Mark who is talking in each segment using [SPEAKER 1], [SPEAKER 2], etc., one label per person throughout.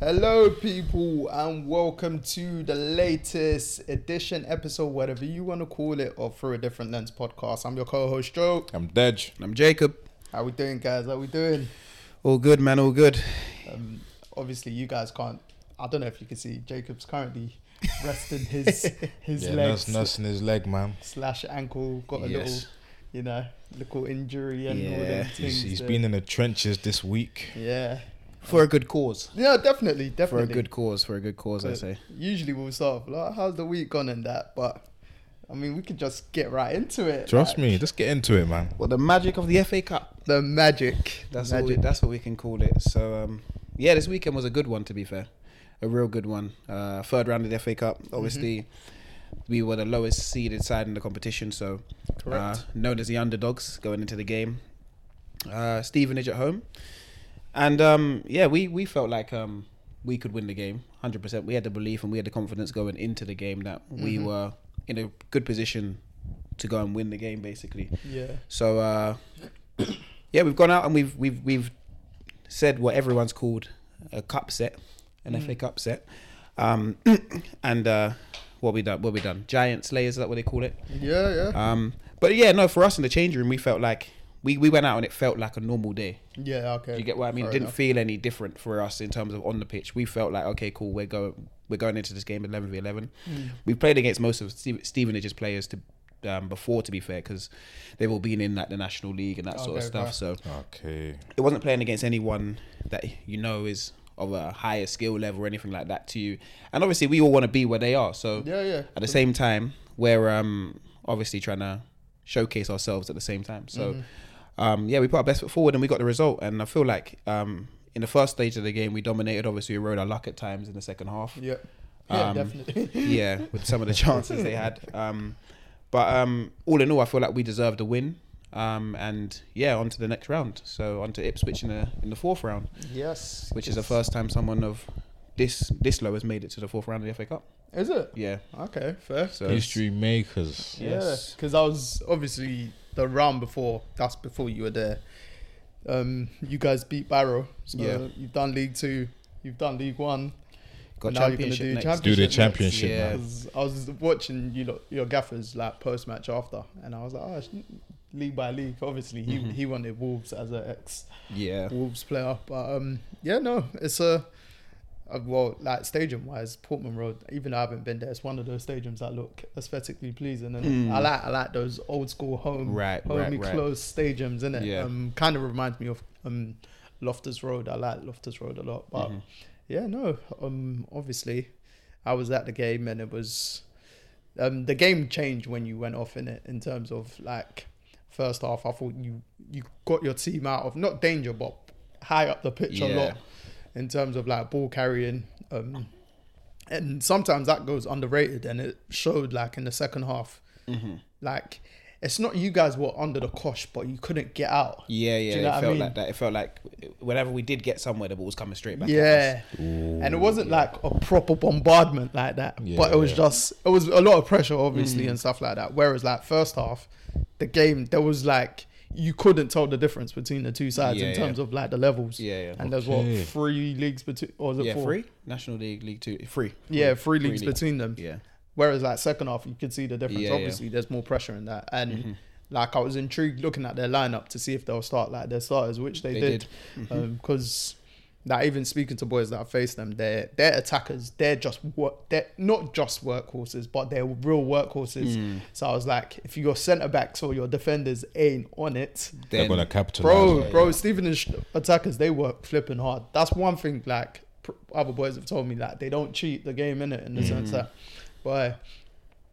[SPEAKER 1] Hello, people, and welcome to the latest edition, episode, whatever you want to call it, of Through a Different Lens podcast. I'm your co-host Joe.
[SPEAKER 2] I'm Dej.
[SPEAKER 3] And I'm Jacob.
[SPEAKER 1] How we doing, guys? How we doing?
[SPEAKER 3] All good, man. All good.
[SPEAKER 1] Um, obviously, you guys can't. I don't know if you can see. Jacob's currently resting his his
[SPEAKER 2] Yeah,
[SPEAKER 1] legs
[SPEAKER 2] nurse, nursing his leg, man.
[SPEAKER 1] slash ankle. Got a
[SPEAKER 3] Yes.
[SPEAKER 1] little, you know, little injury and all
[SPEAKER 3] Yeah,
[SPEAKER 1] them
[SPEAKER 3] he's-
[SPEAKER 1] things.
[SPEAKER 2] He's, he's
[SPEAKER 1] so-
[SPEAKER 2] been in the trenches this week.
[SPEAKER 1] Yeah.
[SPEAKER 3] For a good cause.
[SPEAKER 1] Yeah, definitely,
[SPEAKER 3] For a
[SPEAKER 1] definitely.
[SPEAKER 3] good cause. For a good cause, I
[SPEAKER 1] But
[SPEAKER 3] say.
[SPEAKER 1] Usually we'll start off, like, how's the week gone and that? But I mean, we could just get right into it.
[SPEAKER 2] Trust
[SPEAKER 1] like,
[SPEAKER 2] me, just get into it, man.
[SPEAKER 3] Well, the magic of the FA Cup.
[SPEAKER 1] The magic.
[SPEAKER 3] That's what we,
[SPEAKER 1] magic.
[SPEAKER 3] that's what we can call it. So, um, yeah, this weekend was a good one. To be fair, a real good one. Uh, third round of the FA Cup. Obviously, we were the lowest seeded side in the competition, so uh,
[SPEAKER 1] Correct.
[SPEAKER 3] known as the underdogs going into the game. Uh, Stevenage at home, and um, yeah, we we felt like um, we could win the game. Hundred percent. We had the belief and we had the confidence going into the game that we were in a good position to go and win the game, basically.
[SPEAKER 1] Yeah.
[SPEAKER 3] So uh, yeah, we've gone out and we've we've we've said what everyone's called a cup set, an FA Cup set, um, and uh, what we done, what we done, giant slayers, is that what they call it?
[SPEAKER 1] Yeah, yeah.
[SPEAKER 3] Um, but yeah, no, for us in the change room, we felt like we, we went out and it felt like a normal day.
[SPEAKER 1] yeah, okay.
[SPEAKER 3] Do you get what I mean? It
[SPEAKER 1] Fair
[SPEAKER 3] didn't
[SPEAKER 1] enough.
[SPEAKER 3] feel any different for us in terms of on the pitch. We felt like okay, cool, we're going we're going into this game eleven v eleven.
[SPEAKER 1] Hmm.
[SPEAKER 3] We've played against most of Ste- Stevenage's players to um, before, to be fair, because they've all been in like the national league and that sort of
[SPEAKER 1] Okay,
[SPEAKER 3] stuff.
[SPEAKER 1] right.
[SPEAKER 3] So
[SPEAKER 2] Okay.
[SPEAKER 3] it wasn't playing against anyone that you know is of a higher skill level or anything like that to you. And obviously, we all want to be where they are. So
[SPEAKER 1] Yeah, yeah.
[SPEAKER 3] at the same time, we're um, obviously trying to showcase ourselves at the same time. So,
[SPEAKER 1] Mm-hmm. Mm,
[SPEAKER 3] um, yeah, we put our best foot forward and we got the result. And I feel like um, in the first stage of the game, we dominated. Obviously, we rode our luck at times in the second half.
[SPEAKER 1] Yeah. Yeah,
[SPEAKER 3] Um,
[SPEAKER 1] definitely.
[SPEAKER 3] yeah, with some of the chances they had. Um, but um, all in all, I feel like we deserved a win. Um, and yeah, on to the next round. So on to Ipswich in the in the fourth round,
[SPEAKER 1] yes.
[SPEAKER 3] which is the first time someone of this this low has made it to the fourth round of the FA Cup.
[SPEAKER 1] Is it?
[SPEAKER 3] Yeah.
[SPEAKER 1] Okay, fair.
[SPEAKER 3] So
[SPEAKER 2] History makers.
[SPEAKER 1] Yeah,
[SPEAKER 3] Yes.
[SPEAKER 1] because I was obviously the round before. That's before you were there. Um, you guys beat Barrow. So
[SPEAKER 3] Yeah.
[SPEAKER 1] You've done League Two. You've done League One.
[SPEAKER 3] got
[SPEAKER 1] now you're gonna
[SPEAKER 3] championship
[SPEAKER 1] do
[SPEAKER 3] next.
[SPEAKER 1] champ-
[SPEAKER 2] Do the
[SPEAKER 1] Championship
[SPEAKER 2] championship,
[SPEAKER 3] next.
[SPEAKER 1] 'Cause
[SPEAKER 2] man.
[SPEAKER 1] I was watching you lot, your gaffers like post match after, and I was like, oh, sh- league by league. Obviously, he he wanted Wolves as an ex
[SPEAKER 3] Mm-hmm. Yeah.
[SPEAKER 1] Wolves player, but um, yeah, no, it's a. uh, Well, like stadium wise, Portman Road. Even though I haven't been there, it's one of those stadiums that look aesthetically pleasing, and I like I like those old school home,
[SPEAKER 3] Mm. Right, right,
[SPEAKER 1] homey
[SPEAKER 3] right.
[SPEAKER 1] close stadiums, innit?
[SPEAKER 3] Yeah.
[SPEAKER 1] Um, kind of reminds me of um, Loftus Road. I like Loftus Road a lot, but
[SPEAKER 3] Mm-hmm.
[SPEAKER 1] yeah, no. Um, obviously, I was at the game, and it was um, the game changed when you went off in it in terms of like first half. I thought you you got your team out of not danger, but high up the pitch a
[SPEAKER 3] Yeah.
[SPEAKER 1] lot in terms of like ball carrying. Um, and sometimes that goes underrated, and it showed like in the second half. Like it's not you guys were under the cosh, but you couldn't get out.
[SPEAKER 3] Yeah,
[SPEAKER 1] you
[SPEAKER 3] yeah,
[SPEAKER 1] know
[SPEAKER 3] it
[SPEAKER 1] what I
[SPEAKER 3] felt
[SPEAKER 1] mean?
[SPEAKER 3] like that. It felt like whenever we did get somewhere, the ball was coming straight back. at us.
[SPEAKER 1] Yeah. and it wasn't like a proper bombardment like that, but it was
[SPEAKER 2] Yeah.
[SPEAKER 1] just it was a lot of pressure obviously
[SPEAKER 3] Mm.
[SPEAKER 1] and stuff like that. Whereas like first half, the game there was like you couldn't tell the difference between the two sides
[SPEAKER 3] Yeah,
[SPEAKER 1] in
[SPEAKER 3] yeah.
[SPEAKER 1] terms of like the levels.
[SPEAKER 3] Yeah, yeah.
[SPEAKER 1] And there's what
[SPEAKER 2] Okay.
[SPEAKER 1] three leagues between or is it
[SPEAKER 3] yeah.
[SPEAKER 1] four?
[SPEAKER 3] Free National League, League Two, free.
[SPEAKER 1] Yeah, three leagues between them.
[SPEAKER 3] Yeah.
[SPEAKER 1] Whereas like second half, you could see the difference.
[SPEAKER 3] Yeah, Mm-hmm. yeah.
[SPEAKER 1] Obviously, there's more pressure in that, and like I was intrigued looking at their lineup to see if they'll start like their starters, which they,
[SPEAKER 3] They Mm-hmm.
[SPEAKER 1] did, because like even speaking to boys that have faced them, they're they're attackers. They're just what they're not just workhorses, but they're real workhorses.
[SPEAKER 3] Mm.
[SPEAKER 1] So I was like, if your centre backs or your defenders ain't on it,
[SPEAKER 2] They're
[SPEAKER 3] Then-
[SPEAKER 2] gonna capitalize.
[SPEAKER 1] bro,
[SPEAKER 2] on it.
[SPEAKER 1] bro, Stevenage attackers they work flipping hard. That's one thing. Like pr- other boys have told me, like they don't cheat the game in it in the
[SPEAKER 3] Mm.
[SPEAKER 1] sense that, but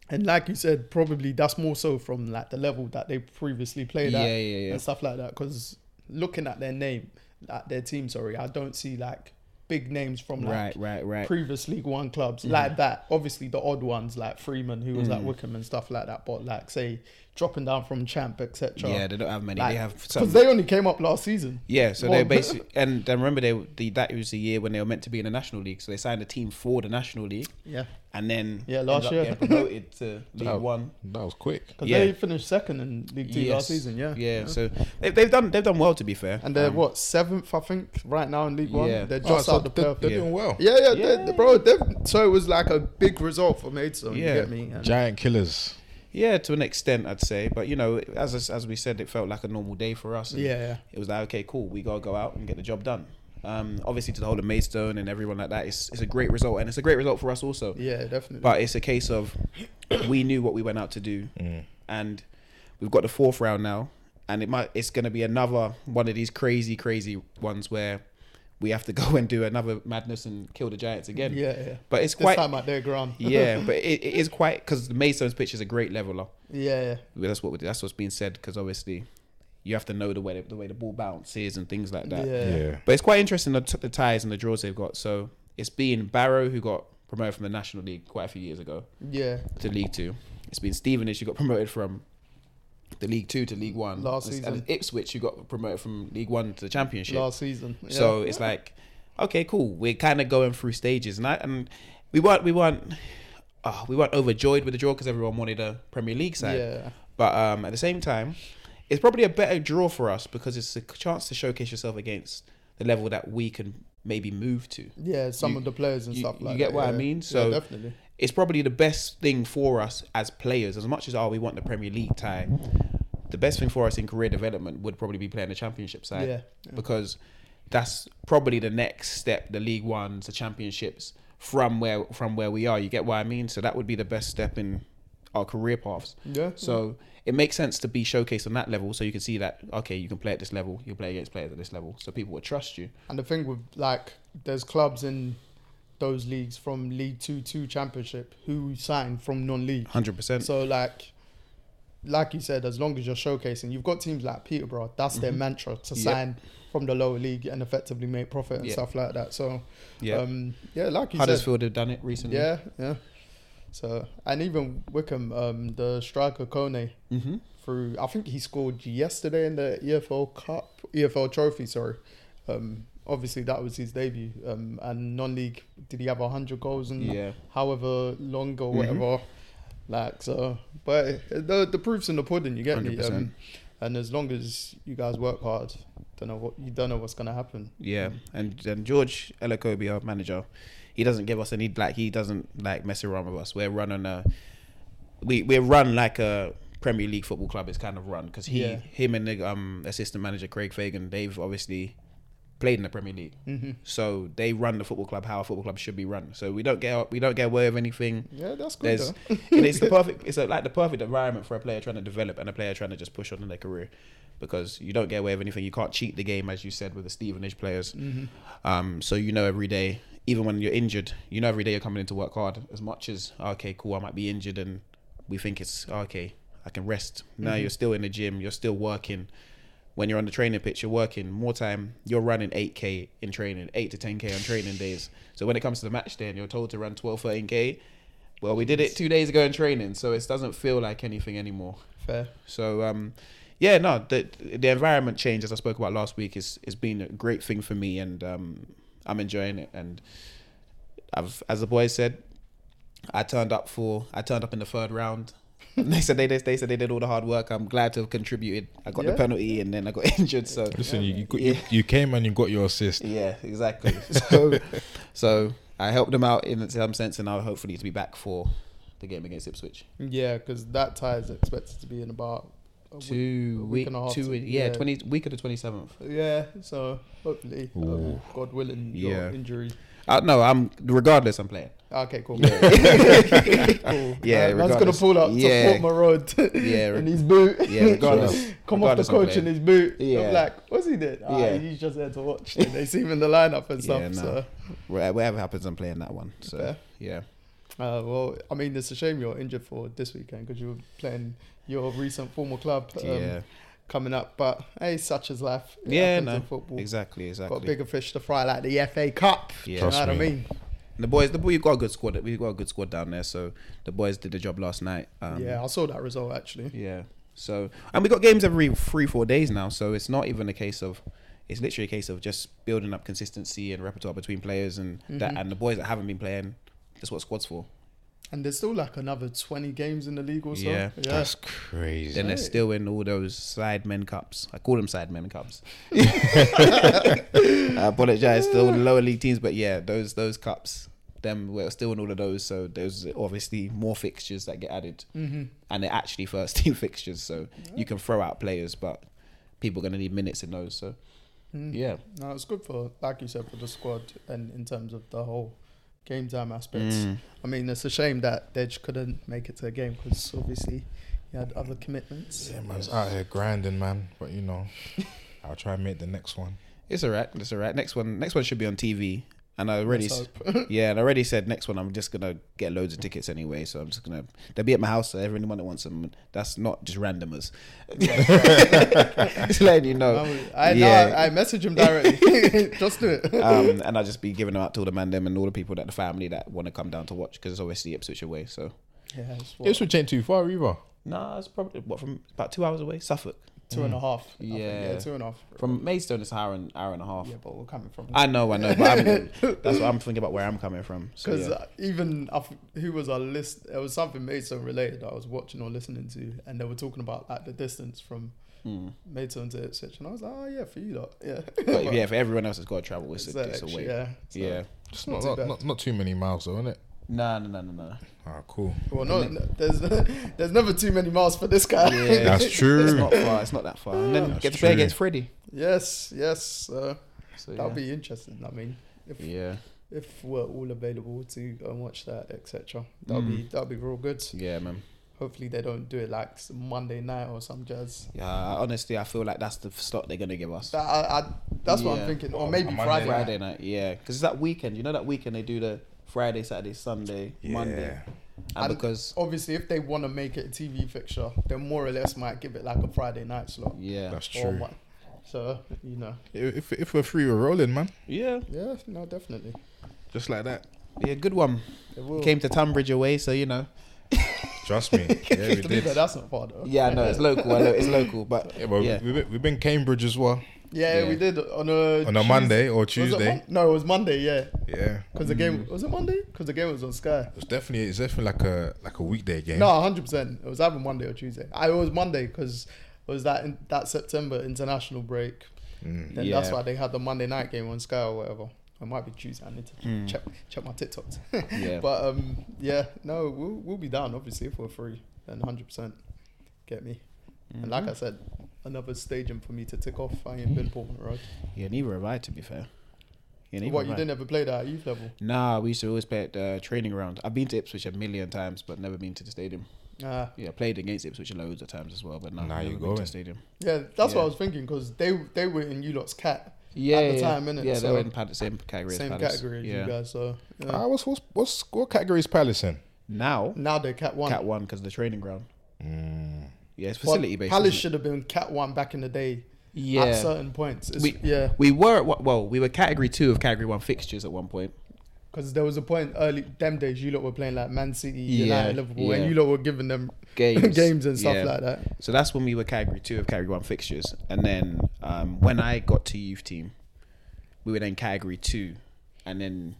[SPEAKER 1] and like you said, probably that's more so from like the level that they previously played at
[SPEAKER 3] Yeah, yeah, yeah.
[SPEAKER 1] and stuff like that. Because looking at their name, at their team, sorry, I don't see like big names from like
[SPEAKER 3] Right, right, right. Mm-hmm.
[SPEAKER 1] previous League One clubs like that. Obviously, the odd ones like Freeman, who was
[SPEAKER 3] Mm.
[SPEAKER 1] at Wickham and stuff like that. But like say dropping down from Champ, etc.
[SPEAKER 3] Yeah, they don't have many.
[SPEAKER 1] Like,
[SPEAKER 3] they have
[SPEAKER 1] Because
[SPEAKER 3] some.
[SPEAKER 1] they only came up last season.
[SPEAKER 3] yeah, so
[SPEAKER 1] Well,
[SPEAKER 3] they're basically and, and remember they the, that was the year when they were meant to be in the national league, so they signed a team for the national league.
[SPEAKER 1] Yeah.
[SPEAKER 3] and then
[SPEAKER 1] Yeah, last
[SPEAKER 3] ended up
[SPEAKER 1] year.
[SPEAKER 3] getting promoted to League
[SPEAKER 2] Oh.
[SPEAKER 3] One.
[SPEAKER 2] That was quick.
[SPEAKER 1] Because
[SPEAKER 3] Yeah.
[SPEAKER 1] they finished second in League Two last
[SPEAKER 3] Yes.
[SPEAKER 1] season, yeah.
[SPEAKER 3] Yeah, so they, they've done they've done well to be fair.
[SPEAKER 1] And they're
[SPEAKER 3] Um,
[SPEAKER 1] what seventh, I think, right now in League One.
[SPEAKER 3] Yeah.
[SPEAKER 1] They're
[SPEAKER 2] Oh,
[SPEAKER 1] just
[SPEAKER 2] so
[SPEAKER 1] out the
[SPEAKER 2] they're,
[SPEAKER 1] playoff.
[SPEAKER 2] they're
[SPEAKER 3] Yeah.
[SPEAKER 2] doing well.
[SPEAKER 1] Yeah, yeah,
[SPEAKER 3] Yeah.
[SPEAKER 1] they- bro. They've, so it was like a big result for Maidstone.
[SPEAKER 3] Yeah.
[SPEAKER 1] You get me? And-
[SPEAKER 2] Giant killers.
[SPEAKER 3] Yeah, to an extent, I'd say. But you know, as I- as we said, it felt like a normal day for us. and
[SPEAKER 1] Yeah, yeah.
[SPEAKER 3] It was like, okay, cool. We gotta go out and get the job done. Um, obviously, to the whole of Maidstone and everyone like that, it's, it's a great result, and it's a great result for us also.
[SPEAKER 1] yeah, definitely.
[SPEAKER 3] But it's a case of we knew what we went out to do,
[SPEAKER 1] Mm.
[SPEAKER 3] and we've got the fourth round now, and it might it's going to be another one of these crazy, crazy ones where we have to go and do another madness and kill the giants again.
[SPEAKER 1] yeah, yeah.
[SPEAKER 3] but it's
[SPEAKER 1] this
[SPEAKER 3] quite
[SPEAKER 1] time at their ground.
[SPEAKER 3] yeah, but it, it is quite because the Maidstone's pitch is a great leveler.
[SPEAKER 1] yeah, yeah.
[SPEAKER 3] Well, that's what that's what's being said because obviously you have to know the way the way the ball bounces and things like that.
[SPEAKER 1] Yeah.
[SPEAKER 2] Yeah.
[SPEAKER 3] But it's quite interesting the, t- the ties and the draws they've got. So it's been Barrow who got promoted from the National League quite a few years ago
[SPEAKER 1] Yeah.
[SPEAKER 3] to League Two. It's been Stevenage who got promoted from the League Two to League One
[SPEAKER 1] Last
[SPEAKER 3] and, it's-
[SPEAKER 1] season.
[SPEAKER 3] and it's Ipswich who got promoted from League One to the Championship.
[SPEAKER 1] Last season. Yeah.
[SPEAKER 3] So it's like, okay, cool. We're kind of going through stages, and I and we weren't we weren't oh, we weren't overjoyed with the draw because everyone wanted a Premier League side.
[SPEAKER 1] Yeah.
[SPEAKER 3] But um, at the same time, it's probably a better draw for us because it's a chance to showcase yourself against the level that we can maybe move to.
[SPEAKER 1] Yeah, some
[SPEAKER 3] You-
[SPEAKER 1] of the players and
[SPEAKER 3] you-
[SPEAKER 1] stuff
[SPEAKER 3] you
[SPEAKER 1] like
[SPEAKER 3] get
[SPEAKER 1] that,
[SPEAKER 3] what I
[SPEAKER 1] yeah.
[SPEAKER 3] mean?
[SPEAKER 1] Yeah,
[SPEAKER 3] So-
[SPEAKER 1] definitely.
[SPEAKER 3] It's probably the best thing for us as players, as much as oh we want the Premier League tie. The best thing for us in career development would probably be playing the Championship side
[SPEAKER 1] Yeah.
[SPEAKER 3] because that's probably the next step the league ones the championships from where from where we are you get what i mean so that would be the best step in our career paths
[SPEAKER 1] Yeah.
[SPEAKER 3] so it makes sense to be showcased on that level so you can see that okay you can play at this level you play against players at this level so people will trust you
[SPEAKER 1] And the thing with like, there's clubs in those leagues from League Two to Championship who sign from non-league.
[SPEAKER 3] 100%
[SPEAKER 1] So like, like you said, as long as you're showcasing, you've got teams like Peterborough. That's their mantra to
[SPEAKER 3] Mm-hmm. Yep.
[SPEAKER 1] sign from the lower league and effectively make profit and
[SPEAKER 3] Yeah.
[SPEAKER 1] stuff like that. So
[SPEAKER 3] yeah
[SPEAKER 1] um, yeah, like you
[SPEAKER 3] huddersfield have done it recently
[SPEAKER 1] said, yeah, yeah. So and even Wickham, um, the striker Kone
[SPEAKER 3] mm-hmm.
[SPEAKER 1] through. I think he scored yesterday in the EFL Cup, EFL Trophy. Sorry. Um, obviously that was his debut. Um, and non-league, did he have hundred goals and
[SPEAKER 3] yeah Mm-hmm.
[SPEAKER 1] however long or whatever. Like so, but the the proof's in the pudding. You get me.
[SPEAKER 3] 100%.
[SPEAKER 1] Um, and as long as you guys work hard, don't know what you don't know what's gonna happen.
[SPEAKER 3] Yeah, and and George Elakobi, our manager, he doesn't give us any like he doesn't like mess around with us. We're running a we we're run like a Premier League football club is kind of run because he
[SPEAKER 1] Yeah.
[SPEAKER 3] him and the um assistant manager Craig Fagan they've obviously played in the Premier League,
[SPEAKER 1] Mhm.
[SPEAKER 3] so they run the football club how a football club should be run. So we don't get we don't get away with anything.
[SPEAKER 1] Yeah, that's good.
[SPEAKER 3] There's,
[SPEAKER 1] though.
[SPEAKER 3] and it's the perfect. It's like the perfect environment for a player trying to develop and a player trying to just push on in their career, because you don't get away with anything. You can't cheat the game, as you said with the Stevenage players.
[SPEAKER 1] Mm-hmm.
[SPEAKER 3] Um, so you know every day, even when you're injured, you know every day you're coming into work hard. As much as okay, cool, I might be injured, and we think it's okay, I can rest. No,
[SPEAKER 1] Mm-hmm.
[SPEAKER 3] you're still in the gym. You're still working. When you're on the training pitch, you're working more time. You're running 8k in training, 8 to 10k on training days. So when it comes to the match day, and you're told to run 12, 13k, well, we did it two days ago in training, so it doesn't feel like anything anymore.
[SPEAKER 1] Fair.
[SPEAKER 3] So, um, yeah, no, the the environment change, as I spoke about last week, is has been a great thing for me, and um, I'm enjoying it. And I've, as the boys said, I turned up for, I turned up in the third round. they said they, they they said they did all the hard work. I'm glad to have contributed. I got
[SPEAKER 1] Yeah.
[SPEAKER 3] the penalty, and then I got injured. So
[SPEAKER 2] Listen, you, you, got-
[SPEAKER 3] Yeah.
[SPEAKER 2] you, you came and you got your assist.
[SPEAKER 3] yeah, exactly. So, so I helped them out in some sense, and I'll hopefully to be back for the game against Ipswich.
[SPEAKER 1] Yeah, because that tie is expected to be in about a week.
[SPEAKER 3] two
[SPEAKER 1] week
[SPEAKER 3] week,
[SPEAKER 1] and a half
[SPEAKER 3] two
[SPEAKER 1] to-
[SPEAKER 3] yeah,
[SPEAKER 1] yeah.
[SPEAKER 3] twenty week of the twenty seventh.
[SPEAKER 1] Yeah, so hopefully, um,
[SPEAKER 2] Ooh.
[SPEAKER 1] God willing, your
[SPEAKER 3] Yeah.
[SPEAKER 1] injury.
[SPEAKER 3] Uh, no, I'm regardless. I'm playing.
[SPEAKER 1] Okay, cool.
[SPEAKER 3] Yeah.
[SPEAKER 1] cool.
[SPEAKER 3] Yeah,
[SPEAKER 1] Man- man's gonna
[SPEAKER 3] regardless.
[SPEAKER 1] pull up
[SPEAKER 3] Yeah.
[SPEAKER 1] to Portmore Road
[SPEAKER 3] Yeah,
[SPEAKER 1] in his boot.
[SPEAKER 3] yeah, regardless.
[SPEAKER 1] Come off the
[SPEAKER 3] regardless I'm
[SPEAKER 1] coach in
[SPEAKER 3] playing.
[SPEAKER 1] his boot. Yeah.
[SPEAKER 3] Yeah.
[SPEAKER 1] I'm like, what's he doing? Ah,
[SPEAKER 3] Yeah.
[SPEAKER 1] he's just there to watch. And they see him in the lineup and stuff.
[SPEAKER 3] Yeah, nah.
[SPEAKER 1] So,
[SPEAKER 3] Wha- Whatever happens, I'm playing that one. So
[SPEAKER 1] Fair.
[SPEAKER 3] yeah,
[SPEAKER 1] uh, well, I mean, it's a shame you're injured for this weekend because you were playing your recent former club um,
[SPEAKER 3] yeah,
[SPEAKER 1] coming up. But hey, such is life. It
[SPEAKER 3] Yeah,
[SPEAKER 1] happens
[SPEAKER 3] no,
[SPEAKER 1] in football.
[SPEAKER 3] exactly, exactly.
[SPEAKER 1] Got bigger fish to fry, like the FA Cup.
[SPEAKER 3] Yeah.
[SPEAKER 1] you know
[SPEAKER 2] Trust
[SPEAKER 1] what I
[SPEAKER 2] me.
[SPEAKER 1] mean?
[SPEAKER 3] And the boys, the boy, you've got a good squad. We've got a good squad down there. So the boys did the job last night. Um,
[SPEAKER 1] yeah, I saw that result actually.
[SPEAKER 3] yeah. So and we got games every three, four days now. So it's not even a case of. It's literally a case of just building
[SPEAKER 1] Mm-hmm.
[SPEAKER 3] up consistency and repertoire between players and that, and the boys that haven't been playing. That's what squads for.
[SPEAKER 1] And there's still like another 20 games in the league or so.
[SPEAKER 3] Yeah.
[SPEAKER 1] yeah.
[SPEAKER 2] That's crazy.
[SPEAKER 3] Then they're
[SPEAKER 1] Right.
[SPEAKER 3] still in all those side men cups. I call them side men cups. I apologize to all the lower league teams, but yeah, those those cups, them we're still in all of those. So there's obviously more fixtures that get added,
[SPEAKER 1] Mm.
[SPEAKER 3] mm-hmm. and they're actually first team fixtures. So you can throw out players, but people are going to need minutes in those. So yeah,
[SPEAKER 1] No, it's good for, like you said, for the squad and in terms of the whole game time aspects.
[SPEAKER 3] Mm.
[SPEAKER 1] I mean, it's a shame that Dej couldn't make it to a game because obviously he had other commitments.
[SPEAKER 2] Yeah, man, it's out here grinding, man. But you know, I'll try and make the next one.
[SPEAKER 3] it's all right. It's all right. Next one, next one should be on TV. And I already,
[SPEAKER 1] Let's
[SPEAKER 3] s- yeah, and I already said next one. I'm just gonna get loads of tickets anyway, so I'm just gonna they'll be at my house. So everyone that wants them, that's not just randomers. just letting you
[SPEAKER 1] I,
[SPEAKER 3] know.
[SPEAKER 1] would- I, no,
[SPEAKER 3] Yeah.
[SPEAKER 1] I, I message him directly. Just do it.
[SPEAKER 3] Um, and I'll just be giving them out to all the man them and all the people that the family that want to come down to watch because it's obviously Ipswich away. So
[SPEAKER 1] Yeah, it's what,
[SPEAKER 2] This would change too far either.
[SPEAKER 3] nah, it's probably what from about two hours away, Suffolk
[SPEAKER 1] two and a half. I think.
[SPEAKER 3] Yeah.
[SPEAKER 1] yeah, two and a half.
[SPEAKER 3] from Maidstone. It's an hour and hour and a half.
[SPEAKER 1] yeah, but we're coming from.
[SPEAKER 3] I know, I know, but I'm, that's what I'm thinking about where I'm coming from. So,
[SPEAKER 1] Because
[SPEAKER 3] yeah.
[SPEAKER 1] uh, even I f- who was our list? It was something Maidstone related. I was watching or listening to, and they were talking about like the distance from
[SPEAKER 3] Mm.
[SPEAKER 1] Maidstone to Ipswich, and I was like, oh yeah, for you lot, yeah.
[SPEAKER 3] But yeah, for everyone else that's got to travel, it's,
[SPEAKER 1] It's
[SPEAKER 3] a,
[SPEAKER 1] that
[SPEAKER 3] it's a
[SPEAKER 1] extra,
[SPEAKER 3] wait.
[SPEAKER 1] yeah. so-
[SPEAKER 3] yeah.
[SPEAKER 2] Just
[SPEAKER 1] Not
[SPEAKER 2] not
[SPEAKER 1] too
[SPEAKER 2] not,
[SPEAKER 1] bad.
[SPEAKER 2] not, not too many miles though, innit?
[SPEAKER 3] No, no, no, no, no.
[SPEAKER 2] Ah, cool.
[SPEAKER 1] Well, no, there's there's never too many miles for this guy.
[SPEAKER 3] Yeah.
[SPEAKER 2] That's
[SPEAKER 3] It's
[SPEAKER 2] true.
[SPEAKER 3] not far. It's not that far. And then
[SPEAKER 2] That's
[SPEAKER 3] get to play
[SPEAKER 2] true.
[SPEAKER 3] against Freddie.
[SPEAKER 1] yes, yes. Uh,
[SPEAKER 3] So,
[SPEAKER 1] that'll
[SPEAKER 3] yeah.
[SPEAKER 1] be interesting. I mean, if
[SPEAKER 3] yeah,
[SPEAKER 1] if we're all available to go and watch that, etc., that'll
[SPEAKER 3] Mm.
[SPEAKER 1] be that'll be real good.
[SPEAKER 3] yeah, man.
[SPEAKER 1] Hopefully, they don't do it like some Monday night or some jazz.
[SPEAKER 3] Yeah, I- honestly, I feel like that's the slot they're gonna give us.
[SPEAKER 1] That, I, I, that's what
[SPEAKER 3] Yeah.
[SPEAKER 1] I'm thinking, or
[SPEAKER 2] Or
[SPEAKER 1] maybe
[SPEAKER 2] on Monday
[SPEAKER 1] Friday.
[SPEAKER 3] Friday night, yeah, because it's that weekend. You know that weekend they do the Friday, Saturday, Sunday, Monday,
[SPEAKER 2] Yeah.
[SPEAKER 3] and
[SPEAKER 1] And-
[SPEAKER 3] because
[SPEAKER 1] Obviously, if they want to make it a TV fixture, they more or less might give it like a Friday night slot.
[SPEAKER 3] yeah,
[SPEAKER 2] That's
[SPEAKER 1] Or
[SPEAKER 2] true.
[SPEAKER 1] what. So you know,
[SPEAKER 2] If if we're free, we're rolling, man.
[SPEAKER 3] yeah,
[SPEAKER 1] yeah, no, definitely.
[SPEAKER 2] Just like that.
[SPEAKER 3] yeah, good one.
[SPEAKER 1] It will.
[SPEAKER 3] Came to Tunbridge away, so you know.
[SPEAKER 2] Trust me. Yeah, we
[SPEAKER 1] to be fair,
[SPEAKER 2] did.
[SPEAKER 1] that's not far though.
[SPEAKER 3] Yeah, I know it's local. I know it's local, but
[SPEAKER 2] Yeah, but
[SPEAKER 3] Yeah.
[SPEAKER 2] We've, been, we've been Cambridge as well
[SPEAKER 1] Yeah,
[SPEAKER 3] Yeah.
[SPEAKER 1] we did on a
[SPEAKER 2] on a
[SPEAKER 1] Tues-
[SPEAKER 2] Monday or
[SPEAKER 1] was it
[SPEAKER 2] Tuesday.
[SPEAKER 1] Mon- no, it was Monday. Yeah,
[SPEAKER 2] Yeah,
[SPEAKER 1] because the
[SPEAKER 3] Mm.
[SPEAKER 1] game was it Monday? Because the game was on Sky.
[SPEAKER 2] it's definitely it's definitely like a like a weekday game.
[SPEAKER 1] No, hundred percent. It was either Monday or Tuesday. I it was Monday because it was that in, that September international break.
[SPEAKER 2] Mm.
[SPEAKER 1] Then that's
[SPEAKER 3] Yeah.
[SPEAKER 1] why they had the Monday night game on Sky or whatever. It might be Tuesday. I need to
[SPEAKER 3] Mm.
[SPEAKER 1] check check my TikToks.
[SPEAKER 3] yeah,
[SPEAKER 1] But um, yeah, no, we'll we'll be down obviously if we're free and hundred percent get me. And
[SPEAKER 3] Mm-hmm.
[SPEAKER 1] like I said, another staging for me to tick off. I ain't been Portman Road.
[SPEAKER 3] yeah, neither have I. To be fair, yeah, neither
[SPEAKER 1] What
[SPEAKER 3] have
[SPEAKER 1] you
[SPEAKER 3] I.
[SPEAKER 1] didn't ever play that at youth level?
[SPEAKER 3] Nah, we used to always play at the training ground. I've been to Ipswich a million times, but never been to the stadium.
[SPEAKER 1] Ah,
[SPEAKER 3] Yeah, I played against Ipswich loads of times as well, but no,
[SPEAKER 2] Now
[SPEAKER 3] never
[SPEAKER 2] you're
[SPEAKER 3] been to the
[SPEAKER 2] going.
[SPEAKER 3] stadium.
[SPEAKER 1] yeah, that's what
[SPEAKER 3] Yeah.
[SPEAKER 1] I was thinking because they they were in you lot's cat
[SPEAKER 3] Yeah,
[SPEAKER 1] At the
[SPEAKER 3] yeah,
[SPEAKER 1] time, innit?
[SPEAKER 3] Yeah, they
[SPEAKER 1] So-
[SPEAKER 3] were in pad- same category.
[SPEAKER 1] same
[SPEAKER 3] as Palace.
[SPEAKER 1] category as
[SPEAKER 3] yeah.
[SPEAKER 1] you guys. So yeah.
[SPEAKER 2] Ah, what's what's what's what category is Palace in?
[SPEAKER 3] Now,
[SPEAKER 1] now they're cat one.
[SPEAKER 3] Cat One because the training ground.
[SPEAKER 2] Mm.
[SPEAKER 3] Yeah, it's
[SPEAKER 1] But
[SPEAKER 3] facility based.
[SPEAKER 1] Palace
[SPEAKER 3] isn't it?
[SPEAKER 1] should have been cat one back in the day. At
[SPEAKER 3] Yeah,
[SPEAKER 1] certain points, it's,
[SPEAKER 3] We-
[SPEAKER 1] yeah,
[SPEAKER 3] we were at what- well, we were category two of category one fixtures at one point.
[SPEAKER 1] because there was a point early them days you lot were playing like Man City,
[SPEAKER 3] Yeah,
[SPEAKER 1] United, Liverpool, and
[SPEAKER 3] yeah.
[SPEAKER 1] you lot were giving them
[SPEAKER 3] Games,
[SPEAKER 1] games, and stuff
[SPEAKER 3] yeah.
[SPEAKER 1] like that.
[SPEAKER 3] So that's when we were category two of category one fixtures, and then um, when I got to youth team, we were then category two, and then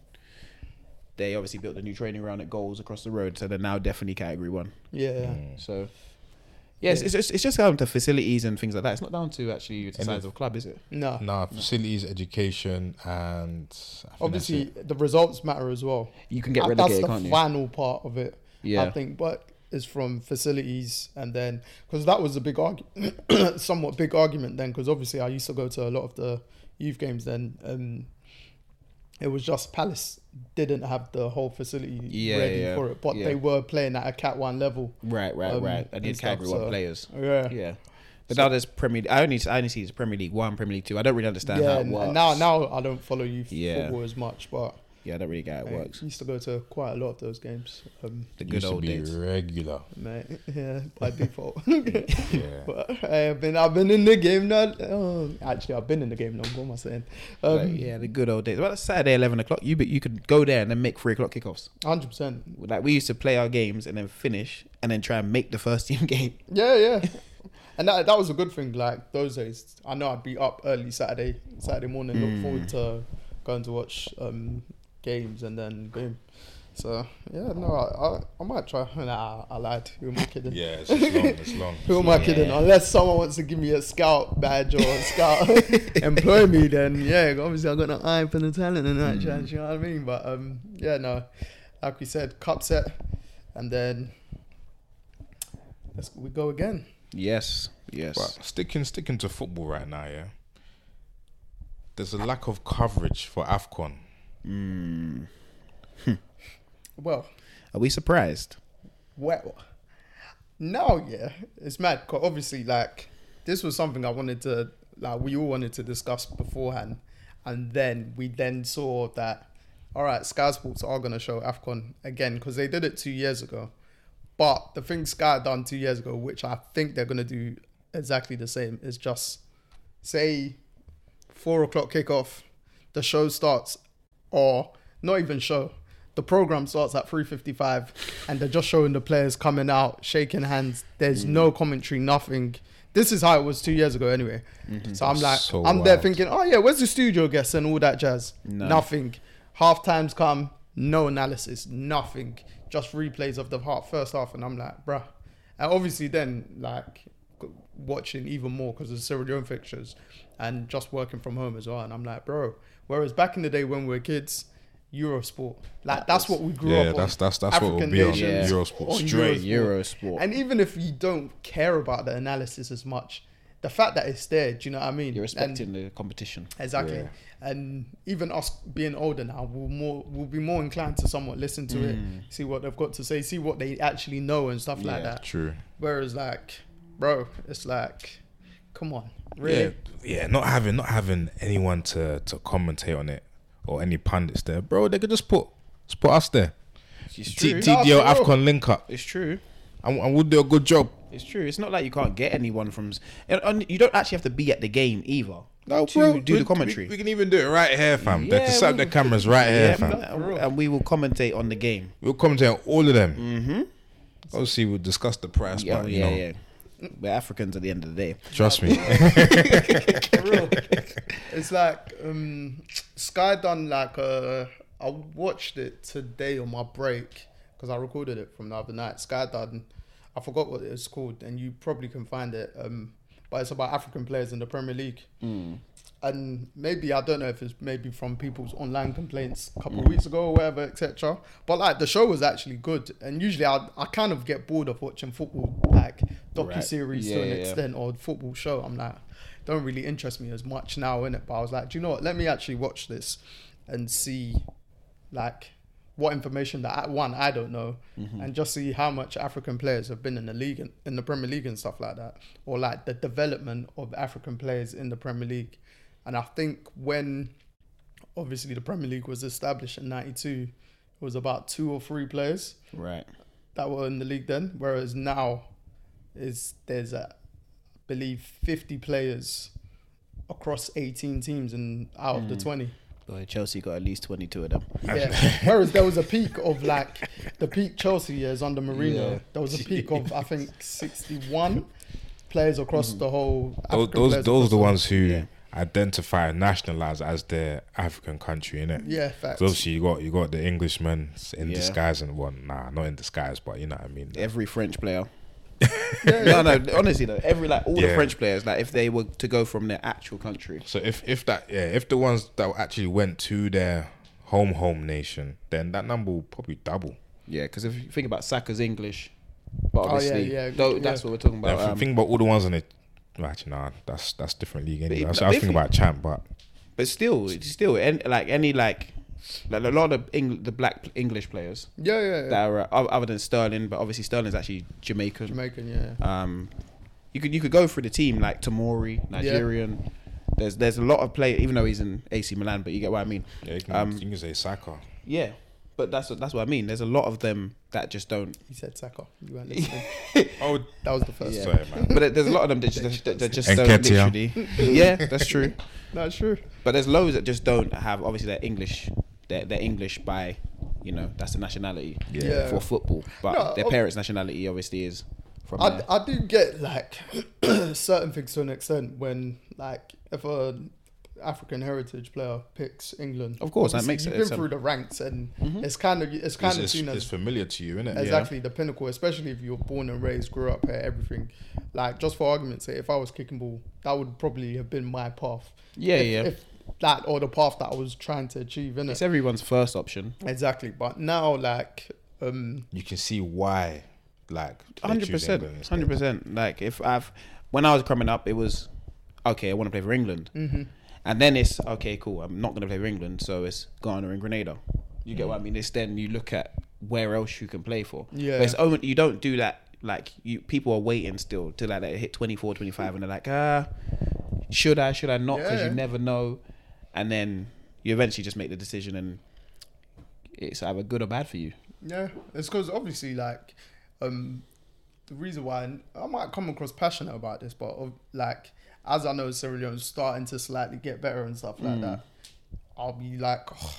[SPEAKER 3] they obviously built a new training ground at goals across the road, so they're now definitely category one.
[SPEAKER 1] Yeah,
[SPEAKER 3] So. Yes, it's, it's, it's just down to facilities and things like that. It's not down to actually the size of club, is it?
[SPEAKER 1] no.
[SPEAKER 2] Nah, facilities, education, and I think
[SPEAKER 1] Obviously, the results matter as well.
[SPEAKER 3] You can get
[SPEAKER 1] Uh,
[SPEAKER 3] relegated,
[SPEAKER 1] That's the
[SPEAKER 3] can't you?
[SPEAKER 1] final part of it,
[SPEAKER 3] Yeah.
[SPEAKER 1] I think. But it's from facilities, and then because that was a big argument, somewhat big argument then. Because obviously, I used to go to a lot of the youth games then, and it was just Palace didn't have the whole facility
[SPEAKER 3] Yeah,
[SPEAKER 1] ready
[SPEAKER 3] yeah,
[SPEAKER 1] for it, but
[SPEAKER 3] yeah.
[SPEAKER 1] they were playing at a Cat One level.
[SPEAKER 3] Right, right,
[SPEAKER 1] um,
[SPEAKER 3] right. I
[SPEAKER 1] and
[SPEAKER 3] need
[SPEAKER 1] stuff,
[SPEAKER 3] category one
[SPEAKER 1] so-
[SPEAKER 3] players.
[SPEAKER 1] Yeah,
[SPEAKER 3] Yeah. But now there's Premier. I only I only see it's Premier League One, Premier League Two. I don't really understand
[SPEAKER 1] yeah.
[SPEAKER 3] how it
[SPEAKER 1] and-
[SPEAKER 3] works.
[SPEAKER 1] and now, now I don't follow youth
[SPEAKER 3] Yeah.
[SPEAKER 1] football as much, but
[SPEAKER 3] yeah, I don't really get how
[SPEAKER 1] I
[SPEAKER 3] it works.
[SPEAKER 1] used to go to quite a lot of those games. Um,
[SPEAKER 3] The
[SPEAKER 2] used
[SPEAKER 3] good
[SPEAKER 2] to
[SPEAKER 3] old
[SPEAKER 2] be
[SPEAKER 3] days.
[SPEAKER 2] regular.
[SPEAKER 1] mate, yeah, by default.
[SPEAKER 2] Yeah.
[SPEAKER 1] But I've been, I've been in the game now. Oh, actually, I've been in the game long. What am I saying?
[SPEAKER 3] But
[SPEAKER 1] Um,
[SPEAKER 3] yeah, the good old days. Well, that's Saturday eleven o'clock. You but you could go there and then make three o'clock kickoffs.
[SPEAKER 1] hundred percent.
[SPEAKER 3] Like we used to play our games and then finish and then try and make the first team game.
[SPEAKER 1] Yeah, yeah. and that that was a good thing. Like those days, I know I'd be up early Saturday,
[SPEAKER 3] Hmm.
[SPEAKER 1] Saturday morning, look forward to going to watch um games, and then boom, So yeah, no, I, I, I might try. Nah, I lied. Who am I kidding?
[SPEAKER 2] Yeah, it's just long. It's long.
[SPEAKER 1] Who am I kidding?
[SPEAKER 3] Yeah.
[SPEAKER 1] Unless someone wants to give me a scout badge or a scout employ me, then yeah, obviously I got an eye for the talent and that. Do you know what I mean? But um, yeah, no, like we said, cup set, and then let's we go again.
[SPEAKER 3] Yes, yes.
[SPEAKER 2] But sticking sticking to football right now, yeah. There's a lack of coverage for Afcon.
[SPEAKER 1] Well,
[SPEAKER 3] Are we surprised?
[SPEAKER 1] well, now yeah, it's mad. 'cause obviously, like this was something I wanted to, like we all wanted to discuss beforehand, and then we then saw that, all right, Sky Sports are gonna show Afcon again because they did it two years ago, but the thing Sky done two years ago, which I think they're gonna do exactly the same, is just say four o'clock kickoff, the show starts, or not even show. The program starts at three fifty-five, and they're just showing the players coming out, shaking hands. There's no commentary, nothing. This is how it was two years ago, anyway. So I'm like,
[SPEAKER 2] So
[SPEAKER 1] I'm there
[SPEAKER 2] wild.
[SPEAKER 1] thinking, oh yeah, where's the studio guests and all that jazz? Nothing. Half times come, no analysis, nothing. Just replays of the half, first half, and I'm like, bruh. And obviously, then like g- watching even more because of the Sierra Leone fixtures and just working from home as well. And I'm like, bro. Whereas back in the day when we were kids, Eurosport, like that's what we grew
[SPEAKER 2] Yeah,
[SPEAKER 1] up on.
[SPEAKER 2] that's- that's- that's what it'll be on
[SPEAKER 1] nations
[SPEAKER 2] Eurosport.
[SPEAKER 1] on
[SPEAKER 3] Straight Eurosport.
[SPEAKER 1] And even if you don't care about the analysis as much, the fact that it's there, do you know what I mean?
[SPEAKER 3] You're
[SPEAKER 1] And-
[SPEAKER 3] respecting the competition.
[SPEAKER 1] Exactly.
[SPEAKER 2] Yeah.
[SPEAKER 1] And even us being older now, we'll more we'll be more inclined to somewhat listen to it,
[SPEAKER 2] Mm.
[SPEAKER 1] see what they've got to say, see what they actually know and stuff like
[SPEAKER 3] Yeah.
[SPEAKER 1] that.
[SPEAKER 2] True.
[SPEAKER 1] Whereas like, bro, it's like, come on, really?
[SPEAKER 2] Yeah, yeah, not having not having anyone to to commentate on it or any pundits there, bro. They could just put just put us there.
[SPEAKER 3] It's
[SPEAKER 2] T-
[SPEAKER 3] true.
[SPEAKER 2] TDL
[SPEAKER 1] That's true.
[SPEAKER 2] Afcon link up,
[SPEAKER 3] it's true.
[SPEAKER 2] and, and we'll do a good job.
[SPEAKER 3] It's true. It's not like you can't get anyone from. s- And, and you don't actually have to be at the game either
[SPEAKER 2] No,
[SPEAKER 3] to
[SPEAKER 2] bro,
[SPEAKER 3] do
[SPEAKER 2] we-
[SPEAKER 3] the commentary.
[SPEAKER 2] We, we can even do it right here, fam. they
[SPEAKER 3] Yeah,
[SPEAKER 2] can set
[SPEAKER 3] we-
[SPEAKER 2] the cameras right here,
[SPEAKER 3] yeah,
[SPEAKER 2] fam.
[SPEAKER 3] uh,
[SPEAKER 1] for real.
[SPEAKER 3] and, and we will commentate on the game.
[SPEAKER 2] We'll commentate on all of them. Mm-hmm. Obviously, we'll discuss the price,
[SPEAKER 3] Yeah,
[SPEAKER 2] but you
[SPEAKER 3] yeah,
[SPEAKER 2] know,
[SPEAKER 3] yeah. We're Africans at the end of the day.
[SPEAKER 2] trust me.
[SPEAKER 1] For real. it's like um, Sky done like uh, I watched it today on my break because I recorded it from the other night. Sky done, I forgot what it's called, and you probably can find it. Um, but it's about African players in the Premier League.
[SPEAKER 2] Mm.
[SPEAKER 1] And maybe I don't know if it's maybe from people's online complaints a
[SPEAKER 3] Mm.
[SPEAKER 1] couple of weeks ago or whatever, etc. But like the show was actually good, and usually I, I kind of get bored of watching football like docu series
[SPEAKER 3] Yeah,
[SPEAKER 1] to an
[SPEAKER 3] yeah, yeah.
[SPEAKER 1] extent an odd football show. I'm like, don't really interest me as much now in it. But I was like, do you know what? Let me actually watch this and see, like, what information that I, one I don't know, and just see how much African players have been in the league and in the Premier League and stuff like that, or like the development of African players in the Premier League. And I think when obviously the Premier League was established in '92, it was about two or three players
[SPEAKER 3] Right.
[SPEAKER 1] that were in the league then, whereas now is there's a, I believe fifty players across eighteen teams and out of the twenty.
[SPEAKER 3] Boy, Chelsea got at least 22 of them.
[SPEAKER 1] Yeah. whereas there was a peak of like the peak Chelsea years under Mourinho.
[SPEAKER 3] Yeah.
[SPEAKER 1] There was a peak of I think sixty one players across
[SPEAKER 3] Mm-hmm.
[SPEAKER 1] the whole.
[SPEAKER 2] those
[SPEAKER 1] African
[SPEAKER 2] those,
[SPEAKER 1] players across
[SPEAKER 2] those are the
[SPEAKER 1] whole-
[SPEAKER 2] ones who
[SPEAKER 3] Yeah.
[SPEAKER 2] identify and nationalize as their African country, innit?
[SPEAKER 1] Yeah, facts.
[SPEAKER 2] So obviously you got you got the Englishmen in
[SPEAKER 3] Yeah.
[SPEAKER 2] disguise and what? Nah, not in disguise, but you know what I mean.
[SPEAKER 3] Every French player.
[SPEAKER 1] Yeah,
[SPEAKER 3] no, no, honestly though, every like all the
[SPEAKER 2] Yeah.
[SPEAKER 3] French players, like if they were to go from their actual country,
[SPEAKER 2] So if if that yeah, if the ones that actually went to their home home nation, then that number will probably double.
[SPEAKER 3] yeah, because if you think about Saka's English, Oh, but
[SPEAKER 1] yeah,
[SPEAKER 3] obviously,
[SPEAKER 1] yeah,
[SPEAKER 3] though, that's
[SPEAKER 1] yeah.
[SPEAKER 3] what we're talking
[SPEAKER 2] Now,
[SPEAKER 3] about.
[SPEAKER 2] if you
[SPEAKER 3] um,
[SPEAKER 2] think about all the ones in the well, actually nah, that's that's different league anyway. I was, I
[SPEAKER 3] if
[SPEAKER 2] was
[SPEAKER 3] you-
[SPEAKER 2] thinking about champ, but
[SPEAKER 3] but still, it's still, and like any like, like a lot of Eng- the black English players
[SPEAKER 1] yeah, yeah, yeah.
[SPEAKER 3] that are uh, o- other than Sterling, but obviously Sterling's actually Jamaican.
[SPEAKER 1] Jamaican, yeah.
[SPEAKER 3] Um, you could you could go through the team like Tamori, Nigerian. There's there's a lot of play, even though he's in AC Milan, but you get what I mean.
[SPEAKER 2] yeah, you can,
[SPEAKER 3] Um,
[SPEAKER 2] you can say Saka.
[SPEAKER 3] Yeah, but that's what that's what I mean. There's a lot of them that just don't.
[SPEAKER 1] He said Saka. You weren't listening.
[SPEAKER 2] Oh,
[SPEAKER 1] that was the first.
[SPEAKER 3] Yeah.
[SPEAKER 2] sorry, man.
[SPEAKER 3] But there- there's a lot of them that just that, that just don't
[SPEAKER 2] Enketia.
[SPEAKER 3] literally. Yeah, that's true.
[SPEAKER 1] That's true.
[SPEAKER 3] But there's loads that just don't have obviously they're English. They're, they're English by you know that's the nationality
[SPEAKER 2] Yeah.
[SPEAKER 1] Yeah.
[SPEAKER 3] for football. But
[SPEAKER 1] No,
[SPEAKER 3] their
[SPEAKER 1] ob-
[SPEAKER 3] parents' nationality obviously is from
[SPEAKER 1] I,
[SPEAKER 3] there.
[SPEAKER 1] I do get like certain things to an extent when like if a African heritage player picks England.
[SPEAKER 3] Of course, that
[SPEAKER 1] Obviously,
[SPEAKER 3] makes it-
[SPEAKER 1] you've
[SPEAKER 3] it's,
[SPEAKER 1] been
[SPEAKER 3] um,
[SPEAKER 1] through the ranks, and
[SPEAKER 3] Mhm.
[SPEAKER 1] it's kind of it's kind
[SPEAKER 2] It's,
[SPEAKER 1] of
[SPEAKER 2] it's,
[SPEAKER 1] seen as
[SPEAKER 2] it's familiar to you, isn't it?
[SPEAKER 1] exactly the pinnacle, especially if you were born and raised, grew up here, everything. Like just for argument's sake, if I was kicking ball, that would probably have been my path.
[SPEAKER 3] Yeah,
[SPEAKER 1] if,
[SPEAKER 3] yeah.
[SPEAKER 1] If that or the path that I was trying to achieve, innit?
[SPEAKER 3] It's everyone's first option.
[SPEAKER 1] exactly. But now, like, um,
[SPEAKER 2] You can see why, like, they
[SPEAKER 3] hundred
[SPEAKER 2] choose
[SPEAKER 3] percent,
[SPEAKER 2] England instead.
[SPEAKER 3] hundred percent. Like if I've when I was coming up, it was okay. I want to play for England, mm-hmm. and then it's okay, cool. I'm not going to play for England, so it's Ghana and Grenada. You get what
[SPEAKER 1] Mm.
[SPEAKER 3] I mean? It's then you look at where else you can play for.
[SPEAKER 1] Yeah.
[SPEAKER 3] but it's only you don't do that. Like you, people are waiting still till like they hit 24, 25 and they're like, ah, should I? Should I not? Because
[SPEAKER 1] Yeah.
[SPEAKER 3] you never know, and then you eventually just make the decision, and it's either good or bad for you.
[SPEAKER 1] yeah, it's because obviously, like, um, the reason why and I might come across passionate about this, but of, like, as I know Sierra Leone's starting to slightly get better and stuff
[SPEAKER 3] Hmm.
[SPEAKER 1] like that, I'll be like, oh,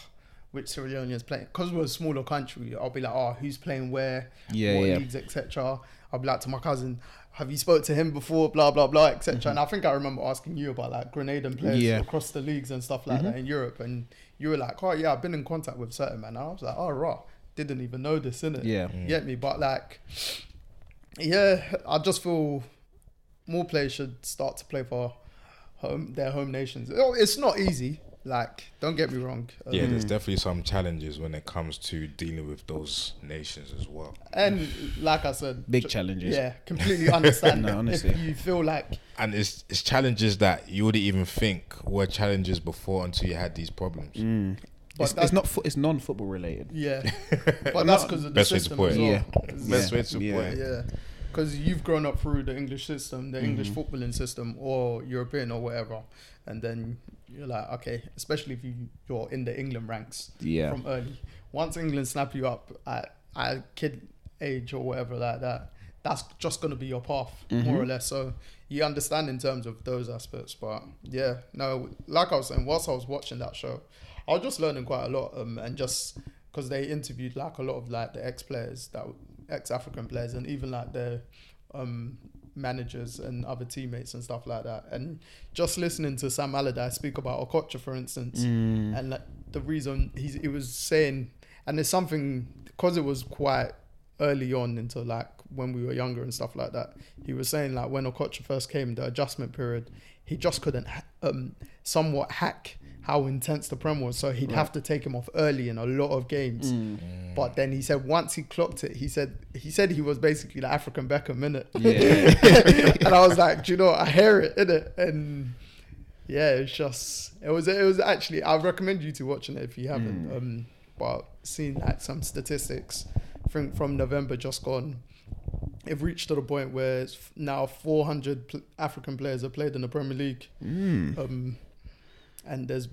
[SPEAKER 1] which Sierra Leone is playing? Because we're a smaller country, I'll be like, oh, who's playing where?
[SPEAKER 3] Yeah,
[SPEAKER 1] what
[SPEAKER 3] yeah.
[SPEAKER 1] leagues, etc. I'll be like to my cousin, have you spoke to him before? Blah blah blah, etc. And I think I remember asking you about like Grenadan players
[SPEAKER 3] Mm-hmm. Yeah.
[SPEAKER 1] across the leagues and stuff like
[SPEAKER 3] Mm-hmm.
[SPEAKER 1] that in Europe, and you were like, oh yeah, I've been in contact with certain man. And I was like, oh rah, didn't even know this, innit?
[SPEAKER 3] Yeah.
[SPEAKER 1] You get me, but like, yeah, I just feel more players should start to play for home their home nations. Oh, It's not easy. Like, don't get me wrong. Um,
[SPEAKER 2] Yeah, there's definitely some challenges when it comes to dealing with those nations as well.
[SPEAKER 1] And like I said,
[SPEAKER 3] Big
[SPEAKER 1] ju-
[SPEAKER 3] challenges.
[SPEAKER 1] Yeah, completely understand.
[SPEAKER 3] No,
[SPEAKER 1] that.
[SPEAKER 3] honestly.
[SPEAKER 1] if you feel like
[SPEAKER 2] And it's it's challenges that you wouldn't even think were challenges before until you had these problems.
[SPEAKER 3] Mm.
[SPEAKER 1] But
[SPEAKER 3] it's,
[SPEAKER 1] that-
[SPEAKER 3] it's not. Fo- it's non-football related.
[SPEAKER 1] Yeah, but that's because of the
[SPEAKER 2] Best way to
[SPEAKER 1] system
[SPEAKER 2] put
[SPEAKER 1] as
[SPEAKER 2] it.
[SPEAKER 1] well.
[SPEAKER 3] Yeah.
[SPEAKER 2] Best way to
[SPEAKER 3] Yeah.
[SPEAKER 2] put it.
[SPEAKER 1] Yeah, because you've grown up through the English system, the English
[SPEAKER 2] Mm-hmm.
[SPEAKER 1] footballing system, or European or whatever, and then you're like, okay, especially if you you're in the England ranks
[SPEAKER 3] Yeah.
[SPEAKER 1] from early. Once England snap you up at at a kid age or whatever like that, that's just gonna be your path
[SPEAKER 2] Mm-hmm.
[SPEAKER 1] more or less. So you understand in terms of those aspects, but yeah, no, like I was saying, whilst I was watching that show, I was just learning quite a lot, um, and just because they interviewed like a lot of like the ex players that ex African players and even like the um managers and other teammates and stuff like that and just listening to Sam Allardyce speak about Okocha for instance and like the reason he's, he was saying and it's something because it was quite early on into like when we were younger and stuff like that he was saying like when Okocha first came the adjustment period he just couldn't ha- um somewhat hack how intense the prem was so he'd have to take him off early in a lot of games
[SPEAKER 3] Mm.
[SPEAKER 1] but then he said once he clocked it, he said he said he was basically the African Beckham innit?
[SPEAKER 3] Yeah.
[SPEAKER 1] and I was like, do you know, what? I hear it innit? And yeah, it's just it was it was actually I recommend you to watching it if you haven't. Um, but seeing like some statistics from from November just gone, it reached to the point where it's f- now 400 pl- African players have played in the Premier League.
[SPEAKER 3] Mm.
[SPEAKER 1] Um, and there's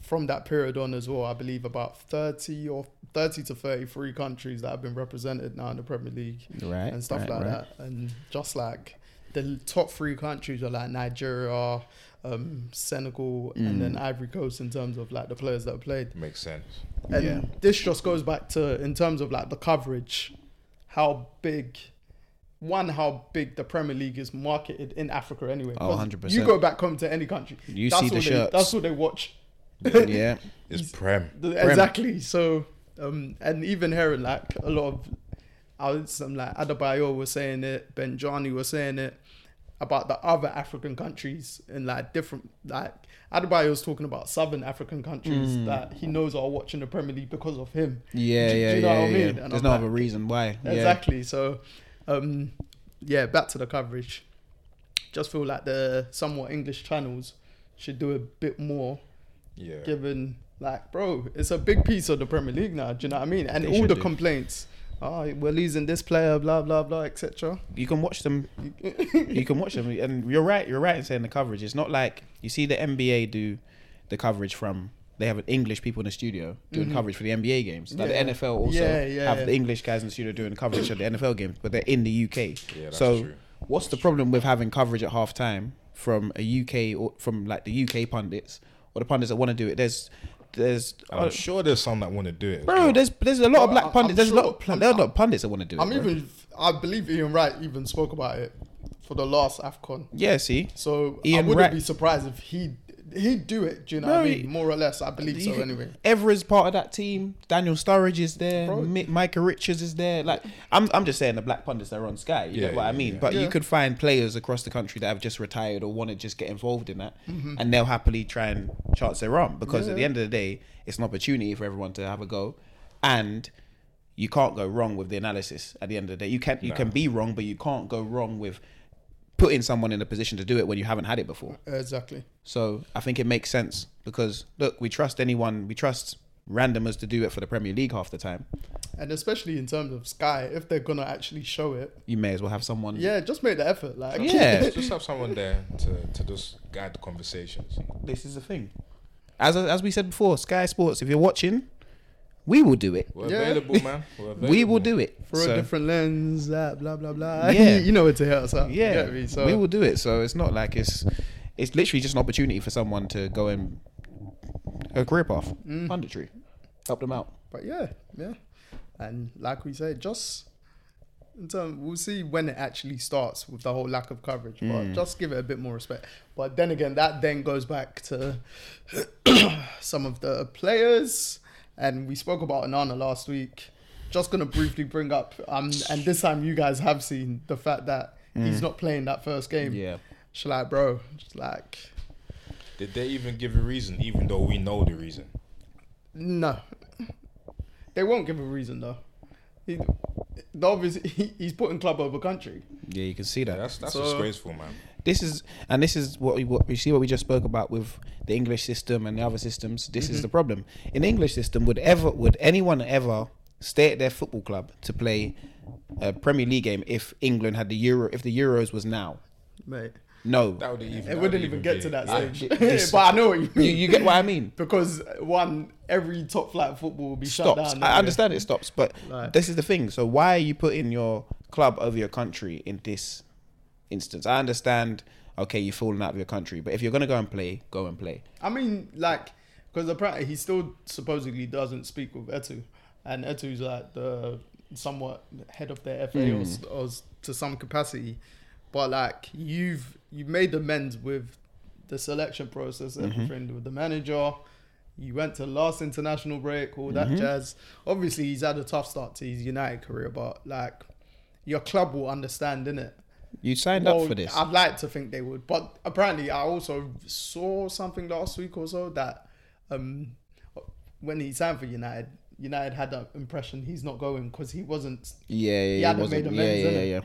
[SPEAKER 1] from that period on as well, I believe about 30 or 30 to 33 countries that have been represented now in the Premier League
[SPEAKER 3] Right,
[SPEAKER 1] and stuff
[SPEAKER 3] right,
[SPEAKER 1] like
[SPEAKER 3] right.
[SPEAKER 1] that. And just like the top three countries are like Nigeria, um, Senegal,
[SPEAKER 3] Mm.
[SPEAKER 1] and then Ivory Coast in terms of like the players that have played.
[SPEAKER 2] Makes sense.
[SPEAKER 1] And
[SPEAKER 3] Yeah.
[SPEAKER 1] this just goes back to in terms of like the coverage, how big one, how big the Premier League is marketed in Africa anyway.
[SPEAKER 3] Oh,
[SPEAKER 1] 'Cause
[SPEAKER 3] 100%.
[SPEAKER 1] You go back home to any country.
[SPEAKER 3] You
[SPEAKER 1] that's
[SPEAKER 3] see the
[SPEAKER 1] all they-
[SPEAKER 3] shirts.
[SPEAKER 1] That's what they watch.
[SPEAKER 3] yeah.
[SPEAKER 2] It's prem.
[SPEAKER 1] The- Exactly. So, um, and even hearing like a lot of, I was some like Adebayo was saying it, Benjani was saying it about the other African countries and like different like Adebayo was talking about Southern African countries
[SPEAKER 3] Hmm.
[SPEAKER 1] that he knows are watching the Premier League because of him.
[SPEAKER 3] Yeah,
[SPEAKER 1] Do- do
[SPEAKER 3] yeah,
[SPEAKER 1] you know
[SPEAKER 3] yeah,
[SPEAKER 1] what I
[SPEAKER 3] yeah.
[SPEAKER 1] mean? And
[SPEAKER 3] There's
[SPEAKER 1] I'm
[SPEAKER 3] no
[SPEAKER 1] like-
[SPEAKER 3] other reason why. Yeah.
[SPEAKER 1] Exactly. So, um, yeah, back to the coverage. Just feel like the somewhat English channels should do a bit more
[SPEAKER 2] Yeah.
[SPEAKER 1] given like bro it's a big piece of the premier league now do you know what i mean and
[SPEAKER 3] They
[SPEAKER 1] all
[SPEAKER 3] should
[SPEAKER 1] the
[SPEAKER 3] do.
[SPEAKER 1] complaints oh we're losing this player blah blah blah etc
[SPEAKER 3] You can watch them. you can watch them, and you're right. You're right in saying the coverage. It's not like you see the NBA do the coverage from. They have English people in the studio doing coverage for the NBA games. Like
[SPEAKER 1] Mm-hmm. Yeah.
[SPEAKER 3] the NFL also
[SPEAKER 1] Yeah, yeah,
[SPEAKER 3] have
[SPEAKER 1] yeah.
[SPEAKER 3] the English guys in the studio doing coverage of the NFL games, but they're in the UK.
[SPEAKER 2] Yeah, that's
[SPEAKER 3] so
[SPEAKER 2] true.
[SPEAKER 3] what's the problem with having coverage at halftime from a UK or from like the UK pundits or the pundits that want to do it? There's there's
[SPEAKER 2] And I'm sure there's some that want to do it. as
[SPEAKER 3] Uh, Bro,
[SPEAKER 2] well.
[SPEAKER 3] there's there's a lot of
[SPEAKER 1] Bro, I-
[SPEAKER 3] black pundits.
[SPEAKER 1] I'm
[SPEAKER 3] There's a lot
[SPEAKER 1] sure-
[SPEAKER 3] of pun- there are a lot of pundits that want to do it.
[SPEAKER 1] i'm
[SPEAKER 3] bro.
[SPEAKER 1] even i believe ian wright even spoke about it for the last afcon
[SPEAKER 3] yeah. See,
[SPEAKER 1] so i
[SPEAKER 3] Ian
[SPEAKER 1] wouldn't
[SPEAKER 3] Wright-
[SPEAKER 1] be surprised if he he'd do it. Do you know
[SPEAKER 3] No,
[SPEAKER 1] what I
[SPEAKER 3] he-
[SPEAKER 1] mean? More or less, I believe so.
[SPEAKER 3] You could-
[SPEAKER 1] Anyway,
[SPEAKER 3] Evera's part of that team. Daniel Sturridge is there.
[SPEAKER 1] Bro.
[SPEAKER 3] Mi- Micah Richards is there. Like, I'm, I'm just saying the black pundits that are on Sky. You
[SPEAKER 2] Yeah,
[SPEAKER 3] know what
[SPEAKER 2] yeah,
[SPEAKER 3] I mean?
[SPEAKER 2] yeah.
[SPEAKER 3] But
[SPEAKER 1] Yeah.
[SPEAKER 3] you could find players across the country that have just retired or want to just get involved in that, and they'll happily try and chance their arm because at
[SPEAKER 1] Mm-hmm.
[SPEAKER 3] the
[SPEAKER 1] Yeah.
[SPEAKER 3] end of the day, it's an opportunity for everyone to have a go, and you can't go wrong with the analysis. At the end of the day, you can you can be wrong, but you can't go wrong with putting someone in a position to do it when you haven't had it before.
[SPEAKER 1] exactly.
[SPEAKER 3] So I think it makes sense because look, we trust anyone, we trust randomers to do it for the Premier League half the time.
[SPEAKER 1] And especially in terms of Sky, if they're gonna actually show it,
[SPEAKER 3] You may as well have someone.
[SPEAKER 1] yeah, just make the effort. Like,
[SPEAKER 3] Yeah.
[SPEAKER 2] Just have someone there to, to just guide the conversations.
[SPEAKER 3] This is the thing. As as we said before, Sky Sports, if you're watching, we will do it.
[SPEAKER 2] We're
[SPEAKER 1] Yeah.
[SPEAKER 2] available, man. We're available.
[SPEAKER 3] We will do it.
[SPEAKER 1] for
[SPEAKER 3] So,
[SPEAKER 1] a different lens, that blah blah blah.
[SPEAKER 3] Yeah.
[SPEAKER 1] you know where to hit us up. You
[SPEAKER 3] yeah,
[SPEAKER 1] get me? So
[SPEAKER 3] we will do it. So it's not like it's it's literally just an opportunity for someone to go and a career path,
[SPEAKER 1] Mm.
[SPEAKER 3] punditry, help them out.
[SPEAKER 1] But yeah, yeah. And like we said, just in term, we'll see when it actually starts with the whole lack of coverage. But just give it a bit more respect. But then again, that then goes back to some of the players, and we spoke about Anana last week. Just gonna briefly bring up, um, and this time you guys have seen the fact that he's not playing that first game.
[SPEAKER 3] Yeah.
[SPEAKER 1] It's like, bro, it's like,
[SPEAKER 2] Did they even give a reason, even though we know the reason?
[SPEAKER 1] No. They won't give a reason though. He, the obvious, he, he's putting club over country.
[SPEAKER 3] Yeah, you can see that.
[SPEAKER 2] That's that's
[SPEAKER 1] So-
[SPEAKER 2] disgraceful, man.
[SPEAKER 3] this is and this is what we what, you see what we just spoke about with the English system and the other systems. This
[SPEAKER 1] Mm-hmm.
[SPEAKER 3] is the problem in the English system. Would ever would anyone ever stay at their football club to play a Premier League game if England had the Euro if the Euros was now?
[SPEAKER 1] Mate.
[SPEAKER 3] No,
[SPEAKER 2] That would even.
[SPEAKER 1] It wouldn't even get to that
[SPEAKER 3] I-
[SPEAKER 1] stage.
[SPEAKER 3] this-
[SPEAKER 1] but I know what you
[SPEAKER 3] you,
[SPEAKER 1] mean.
[SPEAKER 3] you get what I mean.
[SPEAKER 1] because one, every top flight football will be shut down.
[SPEAKER 3] stops. I
[SPEAKER 1] anyway.
[SPEAKER 3] understand it stops, but
[SPEAKER 1] Like-
[SPEAKER 3] this is the thing. So why are you putting your club over your country in this instance? I understand. Okay, you've fallen out of your country, but if you're gonna go and play, go and play.
[SPEAKER 1] I mean, like, because apparently he still supposedly doesn't speak with Etu, and Etu's like the somewhat head of their FA or s or, s to some capacity. But like, you've you made amends with the selection process, everything with the manager. You went to last international break, all that jazz. Obviously, he's had a tough start to his United career, but like, your club will understand, innit?
[SPEAKER 3] You signed
[SPEAKER 1] Well,
[SPEAKER 3] up for this.
[SPEAKER 1] I'd like to think they would, but apparently, I also saw something last week or so that um, when he signed for United, United had that impression he's not going because he wasn't,
[SPEAKER 3] Yeah, yeah, yeah.
[SPEAKER 1] hadn't
[SPEAKER 3] it wasn't-
[SPEAKER 1] made
[SPEAKER 3] yeah,
[SPEAKER 1] amends,
[SPEAKER 3] yeah, yeah,
[SPEAKER 1] innit?
[SPEAKER 3] yeah.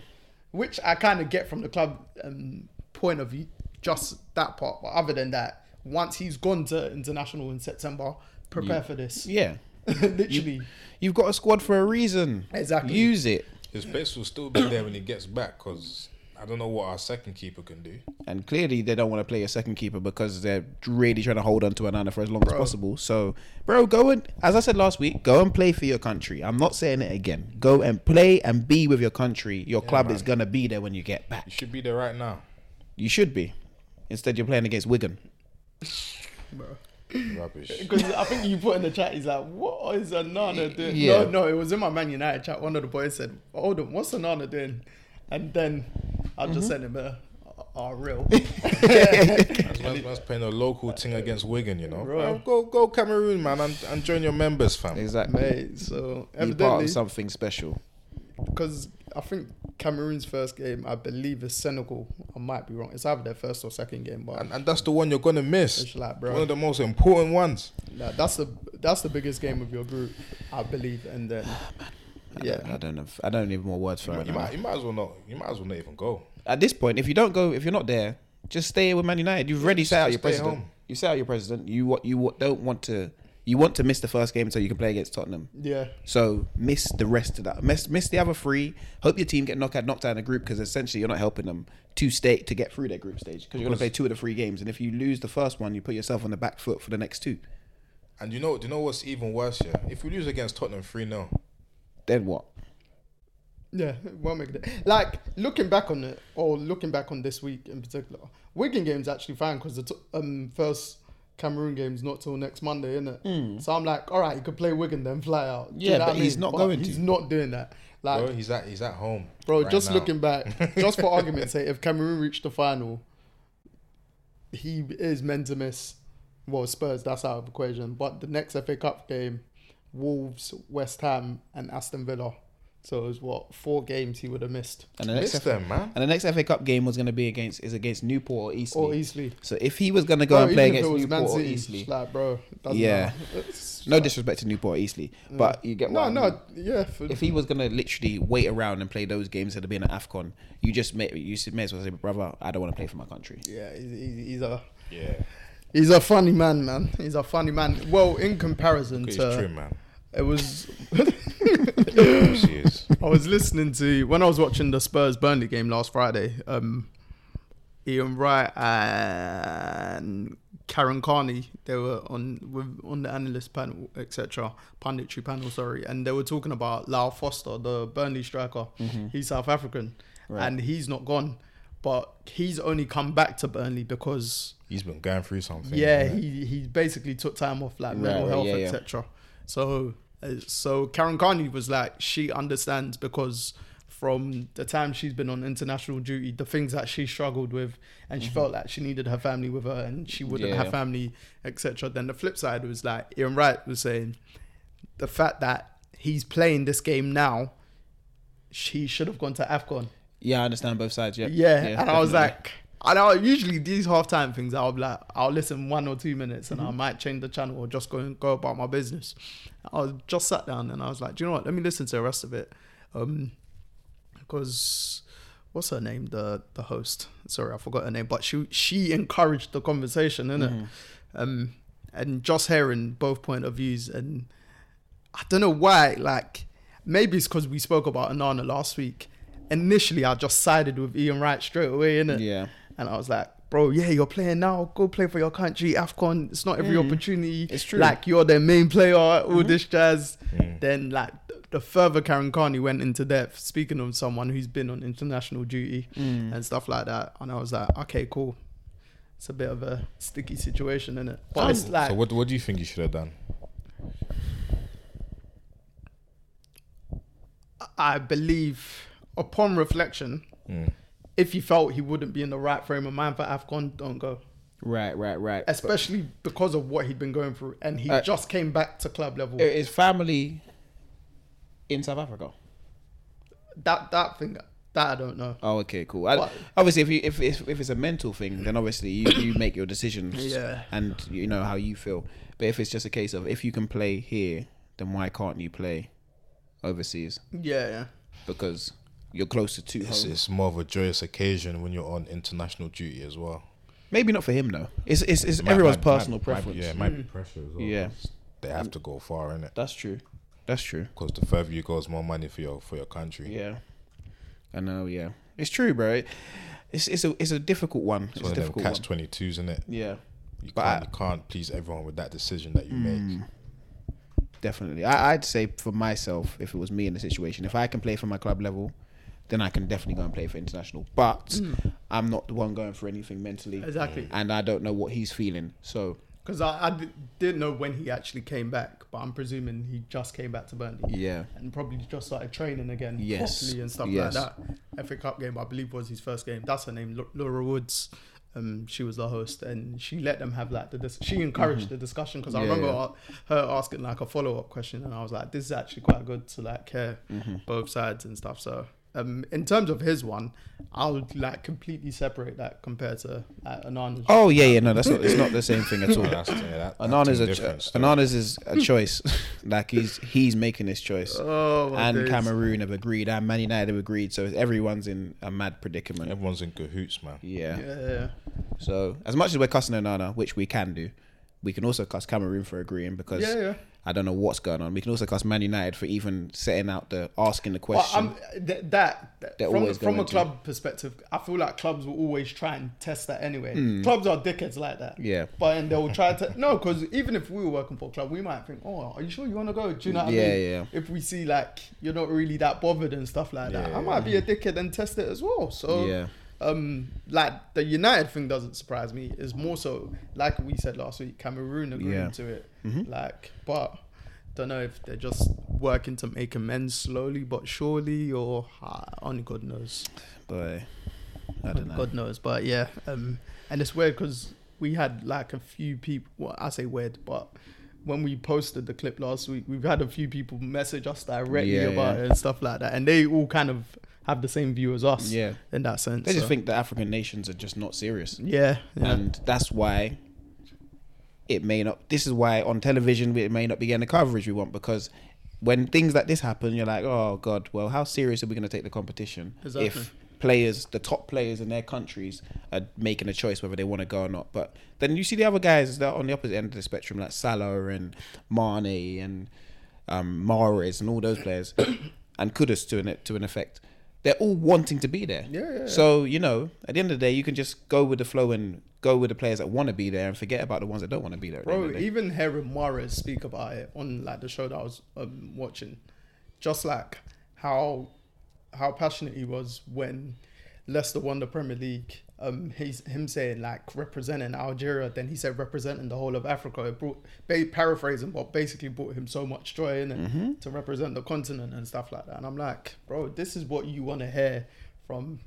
[SPEAKER 1] which I kind of get from the club um, point of view, just that part. But other than that, once he's gone to international in September, prepare for this.
[SPEAKER 3] Yeah.
[SPEAKER 1] Literally,
[SPEAKER 3] You've got a squad for a reason.
[SPEAKER 1] Exactly.
[SPEAKER 3] Use it.
[SPEAKER 2] His base will still be there when he gets back because I don't know what our second keeper can do.
[SPEAKER 3] And clearly, they don't want to play a second keeper because they're really trying to hold on to Anana for as long as possible. So, bro, go and, as I said last week, go and play for your country. I'm not saying it again. Go and play and be with your country. Your club is going to be there when you get back.
[SPEAKER 2] He should be there right now.
[SPEAKER 3] You should be. Instead, you're playing against Wigan.
[SPEAKER 1] bro.
[SPEAKER 2] Rubbish.
[SPEAKER 1] Because I think you put in the chat, he's like, "What is Anana doing?"
[SPEAKER 3] Yeah.
[SPEAKER 1] No, no, it was in my Man United chat. One of the boys said, "Hold on, what's Anana doing?" And then I
[SPEAKER 3] Mm-hmm.
[SPEAKER 1] just sent him a, "Are real."
[SPEAKER 2] That's, that's, that's playing a local thing against Wigan, you know.
[SPEAKER 1] Bro.
[SPEAKER 2] Fam, go go Cameroon, man, and, and join your members, fam.
[SPEAKER 3] Exactly.
[SPEAKER 1] Mate, so
[SPEAKER 3] Be part
[SPEAKER 1] evidently,
[SPEAKER 3] of something special.
[SPEAKER 1] because I think Cameroon's first game, I believe, is Senegal. I might be wrong. It's either their first or second game, but
[SPEAKER 2] And, and that's the one you're gonna miss.
[SPEAKER 1] it's like,
[SPEAKER 2] One
[SPEAKER 1] bro,
[SPEAKER 2] of the most important ones.
[SPEAKER 1] like, that's the that's the biggest game of your group, I believe. And then,
[SPEAKER 3] Ah,
[SPEAKER 1] yeah,
[SPEAKER 3] I don't know. if- I don't need more words for it.
[SPEAKER 2] You
[SPEAKER 3] now.
[SPEAKER 2] might, you might as well not. You might as well not even go.
[SPEAKER 3] at this point, if you don't go, if you're not there, just stay with Man United. You've already set out your
[SPEAKER 2] stay
[SPEAKER 3] president.
[SPEAKER 2] home.
[SPEAKER 3] You set out your president. You what you wa- don't want to. You want to miss the first game so you can play against Tottenham.
[SPEAKER 1] yeah,
[SPEAKER 3] So miss the rest of that. Miss miss the other three. Hope your team get knocked out, knocked out in the group because essentially you're not helping them to stay to get through their group stage because you're going to play two of the three games. And if you lose the first one, you put yourself on the back foot for the next two.
[SPEAKER 2] And you know, do you know what's even worse? Yeah, if we lose against Tottenham three 0
[SPEAKER 3] Then what?
[SPEAKER 1] Yeah, well make it. Like looking back on it, or looking back on this week in particular, Wigan game's actually fine because the t- um first Cameroon game's not till next Monday, isn't it? So I'm like, all right, you could play Wigan then fly out. Do you
[SPEAKER 3] Hmm. Yeah,
[SPEAKER 1] know
[SPEAKER 3] but
[SPEAKER 1] what I
[SPEAKER 3] he's
[SPEAKER 1] mean?
[SPEAKER 3] not going
[SPEAKER 1] He's
[SPEAKER 3] to.
[SPEAKER 1] not doing that. Like,
[SPEAKER 2] bro,
[SPEAKER 1] bro,
[SPEAKER 2] he's at he's at home. right
[SPEAKER 1] just
[SPEAKER 2] now.
[SPEAKER 1] looking back, just for argument's sake, if Cameroon reached the final, he is meant to miss well, Spurs, that's out of equation. But the next FA Cup game, Wolves, West Ham, and Aston Villa. So it was what four games he would have missed,
[SPEAKER 3] And the next
[SPEAKER 2] Miss
[SPEAKER 3] FA,
[SPEAKER 2] them, man.
[SPEAKER 3] and the next FA Cup game was going to be against is against Newport or Eastleigh.
[SPEAKER 1] or easily.
[SPEAKER 3] so if he was going to go
[SPEAKER 1] Bro,
[SPEAKER 3] and play
[SPEAKER 1] even if
[SPEAKER 3] against
[SPEAKER 1] it was Man
[SPEAKER 3] Newport or
[SPEAKER 1] City,
[SPEAKER 3] Eastleigh,
[SPEAKER 1] it's like, bro, it doesn't
[SPEAKER 3] Yeah.
[SPEAKER 1] matter. It's-
[SPEAKER 3] no disrespect to Newport or Eastleigh, but you get what
[SPEAKER 1] Mm. no,
[SPEAKER 3] I mean.
[SPEAKER 1] no, yeah. For,
[SPEAKER 3] if he was gonna literally wait around and play those games that have been at Afcon, you just may you s- may as well say, brother, I don't want to play for my country.
[SPEAKER 1] yeah, he's, he's, he's a
[SPEAKER 2] Yeah,
[SPEAKER 1] he's a funny man, man. He's a funny man. Well, in comparison
[SPEAKER 2] it's
[SPEAKER 1] to,
[SPEAKER 2] true, man.
[SPEAKER 1] it was
[SPEAKER 2] She is.
[SPEAKER 1] I was listening to when I was watching the Spurs Burnley game last Friday. Um, Ian Wright and Karen Carney they were on with, on the analyst panel, etc. Punditry panel, sorry, and they were talking about Lau Foster, the Burnley striker. He's South African, and he's not gone, but he's only come back to Burnley because
[SPEAKER 2] He's been going through something.
[SPEAKER 1] yeah,
[SPEAKER 2] innit?
[SPEAKER 1] he he basically took time off like
[SPEAKER 3] Right,
[SPEAKER 1] mental
[SPEAKER 3] right,
[SPEAKER 1] health,
[SPEAKER 3] yeah, yeah.
[SPEAKER 1] etc. So uh, so Karen Carney was like she understands because from the time she's been on international duty, the things that she struggled with, and she felt like she needed her family with her, and she wouldn't
[SPEAKER 3] Yeah,
[SPEAKER 1] have
[SPEAKER 3] Mm-hmm. yeah.
[SPEAKER 1] family, etc. Then the flip side was like Ian Wright was saying the fact that he's playing this game now. She should have gone to Afcon.
[SPEAKER 3] Yeah, I understand both sides. Yeah,
[SPEAKER 1] Yeah, and I was
[SPEAKER 3] definitely.
[SPEAKER 1] like, and I usually these halftime things, I'll be like, I'll listen one or two minutes, and I might change the channel or just go and go about my business. I was just sat down and I was like, do you know what? Let me listen to the rest of it, um, because what's her name, the the host? Sorry, I forgot her name, but she she encouraged the conversation, innit? Um, and just hearing both point of views and. I don't know why. Like, maybe it's because we spoke about Anana last week. Initially, I just sided with Ian Wright straight away, innit?
[SPEAKER 3] Yeah.
[SPEAKER 1] And I was like, bro, yeah, you're playing now. Go play for your country. AFCON, it's not every opportunity.
[SPEAKER 3] Mm. It's true. Mm-hmm.
[SPEAKER 1] Like, you're their main player, all this jazz. Then, like, th- the further Karen Carney went into depth, speaking of someone who's been on international duty
[SPEAKER 3] Mm.
[SPEAKER 1] and stuff like that. And I was like, okay, cool. It's a bit of a sticky situation, innit? But it's
[SPEAKER 2] So-
[SPEAKER 1] like,
[SPEAKER 2] so what? What do you think you should have done?
[SPEAKER 1] I believe, upon reflection,
[SPEAKER 2] Mm.
[SPEAKER 1] if you felt he wouldn't be in the right frame of mind for AFCON, don't go.
[SPEAKER 3] right, right, right.
[SPEAKER 1] Especially because of what he'd been going through. And he
[SPEAKER 3] Uh,
[SPEAKER 1] just came back to club level.
[SPEAKER 3] Is family in South Africa?
[SPEAKER 1] that that thing, that I don't know.
[SPEAKER 3] Oh, okay, cool. I,
[SPEAKER 1] What?
[SPEAKER 3] obviously, if you if, if if it's a mental thing, then obviously you, you make your decisions.
[SPEAKER 1] Yeah.
[SPEAKER 3] And you know how you feel. But if it's just a case of if you can play here, then why can't you play overseas?
[SPEAKER 1] Yeah, yeah.
[SPEAKER 3] Because you're closer to
[SPEAKER 2] It's,
[SPEAKER 3] home.
[SPEAKER 2] it's more of a joyous occasion when you're on international duty as well.
[SPEAKER 3] Maybe not for him though. It's it's, it's
[SPEAKER 2] Might-
[SPEAKER 3] everyone's
[SPEAKER 2] might- might-
[SPEAKER 3] personal
[SPEAKER 2] might-
[SPEAKER 3] preference. Mm.
[SPEAKER 2] yeah, it might be pressure as well.
[SPEAKER 3] Yeah.
[SPEAKER 2] 'cause they have to go far in it
[SPEAKER 3] That's true. That's true.
[SPEAKER 2] because the further you go, it's more money for your for your country.
[SPEAKER 3] Yeah. I know, yeah. It's true, bro. It- It's it's a it's a difficult one. It's,
[SPEAKER 2] It's one
[SPEAKER 3] a
[SPEAKER 2] of them
[SPEAKER 3] difficult
[SPEAKER 2] catch
[SPEAKER 3] one.
[SPEAKER 2] twenty twos, isn't it?
[SPEAKER 3] Yeah.
[SPEAKER 2] You
[SPEAKER 3] But
[SPEAKER 2] can't,
[SPEAKER 3] I- Mm.
[SPEAKER 2] you can't please everyone with that decision that you make.
[SPEAKER 3] Definitely. I, I'd say for myself, if it was me in the situation, if I can play for my club level, then I can definitely go and play for international. But I'm not the one going for anything mentally.
[SPEAKER 1] Exactly.
[SPEAKER 3] And I don't know what he's feeling. So
[SPEAKER 1] Because I, I di- didn't know when he actually came back, but I'm presuming he just came back to Burnley.
[SPEAKER 3] yeah.
[SPEAKER 1] And probably just started training again
[SPEAKER 3] Yes.
[SPEAKER 1] properly and stuff
[SPEAKER 3] Yes.
[SPEAKER 1] like that. FA Cup game, I believe, was his first game. That's her name, Lau- Laura Woods. Um, she was the host, and she let them have like the dis- she encouraged the discussion because I
[SPEAKER 3] Mm-hmm. Yeah,
[SPEAKER 1] remember
[SPEAKER 3] yeah.
[SPEAKER 1] a- her asking like a follow up question, and I was like, "This is actually quite good to like hear
[SPEAKER 3] Mm-hmm.
[SPEAKER 1] both sides and stuff." So, um, in terms of his one, I would like completely separate that compared to like, Anand.
[SPEAKER 3] Oh yeah, yeah, no, that's not it's not the same thing at all.
[SPEAKER 2] Yeah, that's, yeah, that, that's
[SPEAKER 3] Anana's
[SPEAKER 2] two
[SPEAKER 3] a
[SPEAKER 2] different
[SPEAKER 3] cho-
[SPEAKER 2] stuff.
[SPEAKER 3] Anana's is a choice. like he's he's making his choice.
[SPEAKER 1] Oh, my
[SPEAKER 3] and
[SPEAKER 1] days.
[SPEAKER 3] Cameroon have agreed, and Man United have agreed. So everyone's in a mad predicament.
[SPEAKER 2] Everyone's in cahoots, man.
[SPEAKER 3] Yeah.
[SPEAKER 1] Yeah.
[SPEAKER 3] So as much as we're cussing Onana, which we can do, we can also cuss Cameroon for agreeing because
[SPEAKER 1] Yeah, yeah.
[SPEAKER 3] I don't know what's going on. We can also cuss Man United for even setting out the asking the
[SPEAKER 1] But
[SPEAKER 3] question.
[SPEAKER 1] I'm, th- that th-
[SPEAKER 3] They're
[SPEAKER 1] from,
[SPEAKER 3] always
[SPEAKER 1] from a
[SPEAKER 3] going to.
[SPEAKER 1] club perspective, I feel like clubs will always try and test that anyway. Clubs are dickheads like that.
[SPEAKER 3] Hmm. Yeah.
[SPEAKER 1] But and they will try to no, because even if we were working for a club, we might think, oh, are you sure you want to go? Do you know what I
[SPEAKER 3] Yeah,
[SPEAKER 1] mean?
[SPEAKER 3] yeah.
[SPEAKER 1] If we see like you're not really that bothered and stuff like that,
[SPEAKER 2] Yeah.
[SPEAKER 1] I might be a dickhead and test it as well. So
[SPEAKER 3] Yeah.
[SPEAKER 1] Um, like the United thing doesn't surprise me. It's more so like we said last week, Cameroon agreeing
[SPEAKER 3] Yeah. Mm-hmm.
[SPEAKER 1] to it. Like, but don't know if they're just working to make amends slowly but surely, or uh, only God knows.
[SPEAKER 3] but I don't know.
[SPEAKER 1] God knows. But yeah, um, and it's weird because we had like a few people. Well, I say weird, but when we posted the clip last week, we've had a few people message us directly
[SPEAKER 3] Yeah,
[SPEAKER 1] about
[SPEAKER 3] yeah.
[SPEAKER 1] it and stuff like that, and they all kind of have the same view as us.
[SPEAKER 3] Yeah.
[SPEAKER 1] in that sense.
[SPEAKER 3] They just
[SPEAKER 1] so-
[SPEAKER 3] think that African nations are just not serious.
[SPEAKER 1] Yeah, yeah,
[SPEAKER 3] and that's why it may not. This is why on television we- it may not be getting the coverage we want because when things like this happen, you're like, oh god, well, how serious are we going to take the competition
[SPEAKER 1] Exactly.
[SPEAKER 3] if players, the top players in their countries, are making a choice whether they want to go or not? But then you see the other guys that are on the opposite end of the spectrum, like Salah and Mane and um, Mahrez and all those players, and Kudus to an to an effect. They're all wanting to be there.
[SPEAKER 1] Yeah, yeah, yeah.
[SPEAKER 3] So you know, at the end of the day, you can just go with the flow and go with the players that want to be there and forget about the ones that don't want to be there. at the end of
[SPEAKER 1] bro.
[SPEAKER 3] the day.
[SPEAKER 1] Even hearing Mares speak about it on like the show that I was um, watching, just like how how passionate he was when Leicester won the Premier League. Um, he's him saying like representing Algeria. Then he said representing the whole of Africa. It brought ba- paraphrasing, but basically brought him so much joy in it
[SPEAKER 3] Mm-hmm.
[SPEAKER 1] to represent the continent and stuff like that. And I'm like, bro, this is what you want to hear from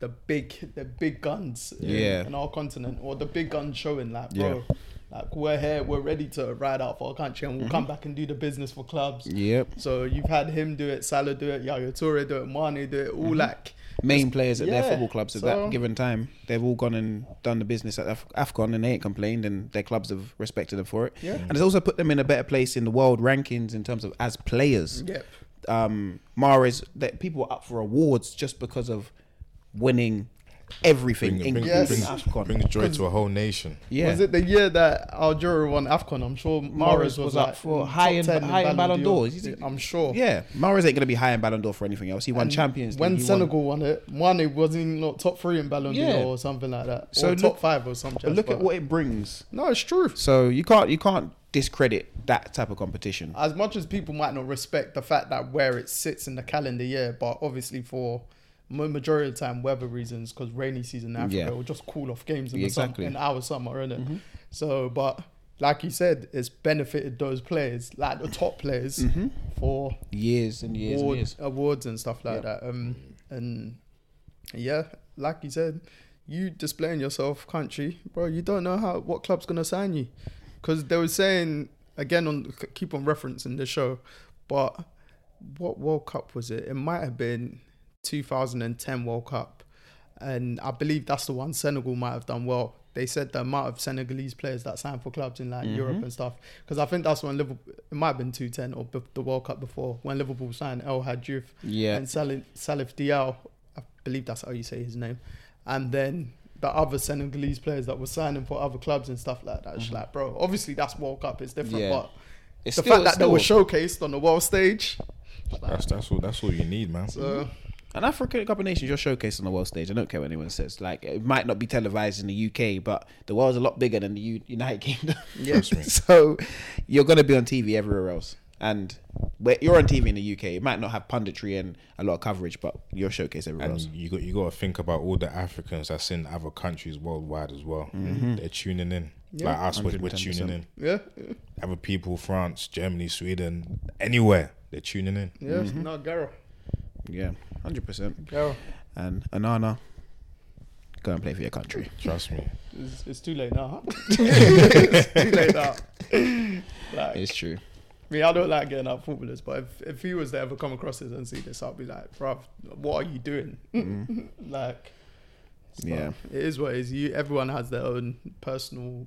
[SPEAKER 1] the big the big guns in-
[SPEAKER 3] Yeah.
[SPEAKER 1] in our continent or the big guns showing like, bro,
[SPEAKER 3] Yeah.
[SPEAKER 1] like we're here, we're ready to ride out for our country, and we'll
[SPEAKER 3] Mm-hmm.
[SPEAKER 1] come back and do the business for clubs.
[SPEAKER 3] Yep.
[SPEAKER 1] So you've had him do it, Salah do it, Yaya Toure do it, Mane do it, all
[SPEAKER 3] Mm-hmm.
[SPEAKER 1] like
[SPEAKER 3] Main players at
[SPEAKER 1] yeah,
[SPEAKER 3] their football clubs at
[SPEAKER 1] so-
[SPEAKER 3] that given time, they've all gone and done the business at Af- Afcon, and they ain't complained, and their clubs have respected them for it.
[SPEAKER 1] Yeah.
[SPEAKER 3] And it's also put them in a better place in the world rankings in terms of as players.
[SPEAKER 1] Yep.
[SPEAKER 3] um, Mares that people were up for awards just because of winning everything,
[SPEAKER 2] Bring, bring,
[SPEAKER 3] including
[SPEAKER 1] Yes.
[SPEAKER 2] brings-
[SPEAKER 3] Afcon.
[SPEAKER 2] brings joy to a whole nation.
[SPEAKER 3] yeah,
[SPEAKER 1] Was it the year that Algeria won AFCON? I'm sure Mares was,
[SPEAKER 3] Mahrez was
[SPEAKER 1] like
[SPEAKER 3] up for
[SPEAKER 1] in
[SPEAKER 3] high
[SPEAKER 1] top
[SPEAKER 3] in-
[SPEAKER 1] 10
[SPEAKER 3] high in Ballon d'Or. He's a-
[SPEAKER 1] I'm sure.
[SPEAKER 3] yeah, Mares ain't gonna be high in Ballon d'Or for anything else. He won
[SPEAKER 1] And
[SPEAKER 3] Champions. League,
[SPEAKER 1] When
[SPEAKER 3] he won-
[SPEAKER 1] Senegal won it, Mane was in like, top three in Ballon d'Or
[SPEAKER 3] Yeah.
[SPEAKER 1] or something like that.
[SPEAKER 3] So
[SPEAKER 1] or
[SPEAKER 3] look-
[SPEAKER 1] top five or something.
[SPEAKER 3] but look at what it brings.
[SPEAKER 1] No, it's true.
[SPEAKER 3] So you can't you can't discredit that type of competition.
[SPEAKER 1] as much as people might not respect the fact that where it sits in the calendar year, but obviously for ma- majority of the time weather reasons, because rainy season in Africa
[SPEAKER 3] Yeah.
[SPEAKER 1] will just cool off games in
[SPEAKER 3] Yeah,
[SPEAKER 1] the summer,
[SPEAKER 3] exactly.
[SPEAKER 1] in our summer, innit? So, but like you said, it's benefited those players, like the top players, for
[SPEAKER 3] Years and Mm-hmm. years and
[SPEAKER 1] award-
[SPEAKER 3] years.
[SPEAKER 1] awards and stuff like
[SPEAKER 3] Yeah.
[SPEAKER 1] that. Um, and yeah, like you said, you displaying yourself, country, bro. You don't know how what club's gonna sign you, because they were saying again on keep on referencing the show, but what World Cup was it? It might have been 2010 World Cup, and I believe that's the one Senegal might have done well. They said the amount of Senegalese players that signed for clubs in like Europe and stuff, because I think that's when Liverpool. It might have been 2010 or bef- the World Cup before when Liverpool signed El Hadjouf
[SPEAKER 3] Yeah.
[SPEAKER 1] and Salif, Salif Diao. I believe that's how you say his name, and then. The other Senegalese players that were signing for other clubs and stuff like that. It's like, bro, obviously that's World Cup, it's different,
[SPEAKER 3] Mm-hmm. Yeah.
[SPEAKER 1] but
[SPEAKER 3] It's
[SPEAKER 1] the
[SPEAKER 3] still-
[SPEAKER 1] fact that they were
[SPEAKER 3] still-
[SPEAKER 1] showcased on the world stage,
[SPEAKER 2] That's that's all. That's all you need, man.
[SPEAKER 1] so
[SPEAKER 3] An African Cup of Nations, you're showcased on the world stage. I don't care what anyone says. Like, it might not be televised in the UK, but the world's a lot bigger than the U- United Kingdom.
[SPEAKER 1] Yeah. Trust
[SPEAKER 2] me.
[SPEAKER 3] so you're going to be on TV everywhere else. And where you're on TV in the UK, it might not have punditry and a lot of coverage, but you're showcased everywhere
[SPEAKER 2] And
[SPEAKER 3] else.
[SPEAKER 2] you, you got you got to think about all the Africans that's in other countries worldwide as well. They're tuning in. Like us, we're, we're tuning
[SPEAKER 3] 110%.
[SPEAKER 2] in.
[SPEAKER 1] yeah,
[SPEAKER 2] Other people, France, Germany, Sweden, anywhere, they're tuning in.
[SPEAKER 1] yeah,
[SPEAKER 3] Mm-hmm.
[SPEAKER 1] no, Garo,
[SPEAKER 3] Yeah, 100%.
[SPEAKER 1] Garo,
[SPEAKER 3] And Anana, go and play for your country.
[SPEAKER 2] Trust me.
[SPEAKER 1] it's, it's too late now. Huh? it's too late now. Like,
[SPEAKER 3] It's true.
[SPEAKER 1] I mean, I don't like getting up footballers, but if, if he was to ever come across this and see this, I'd be like, bruv, what are you doing? like, so
[SPEAKER 3] Yeah.
[SPEAKER 1] it is what it is. You, everyone has their own personal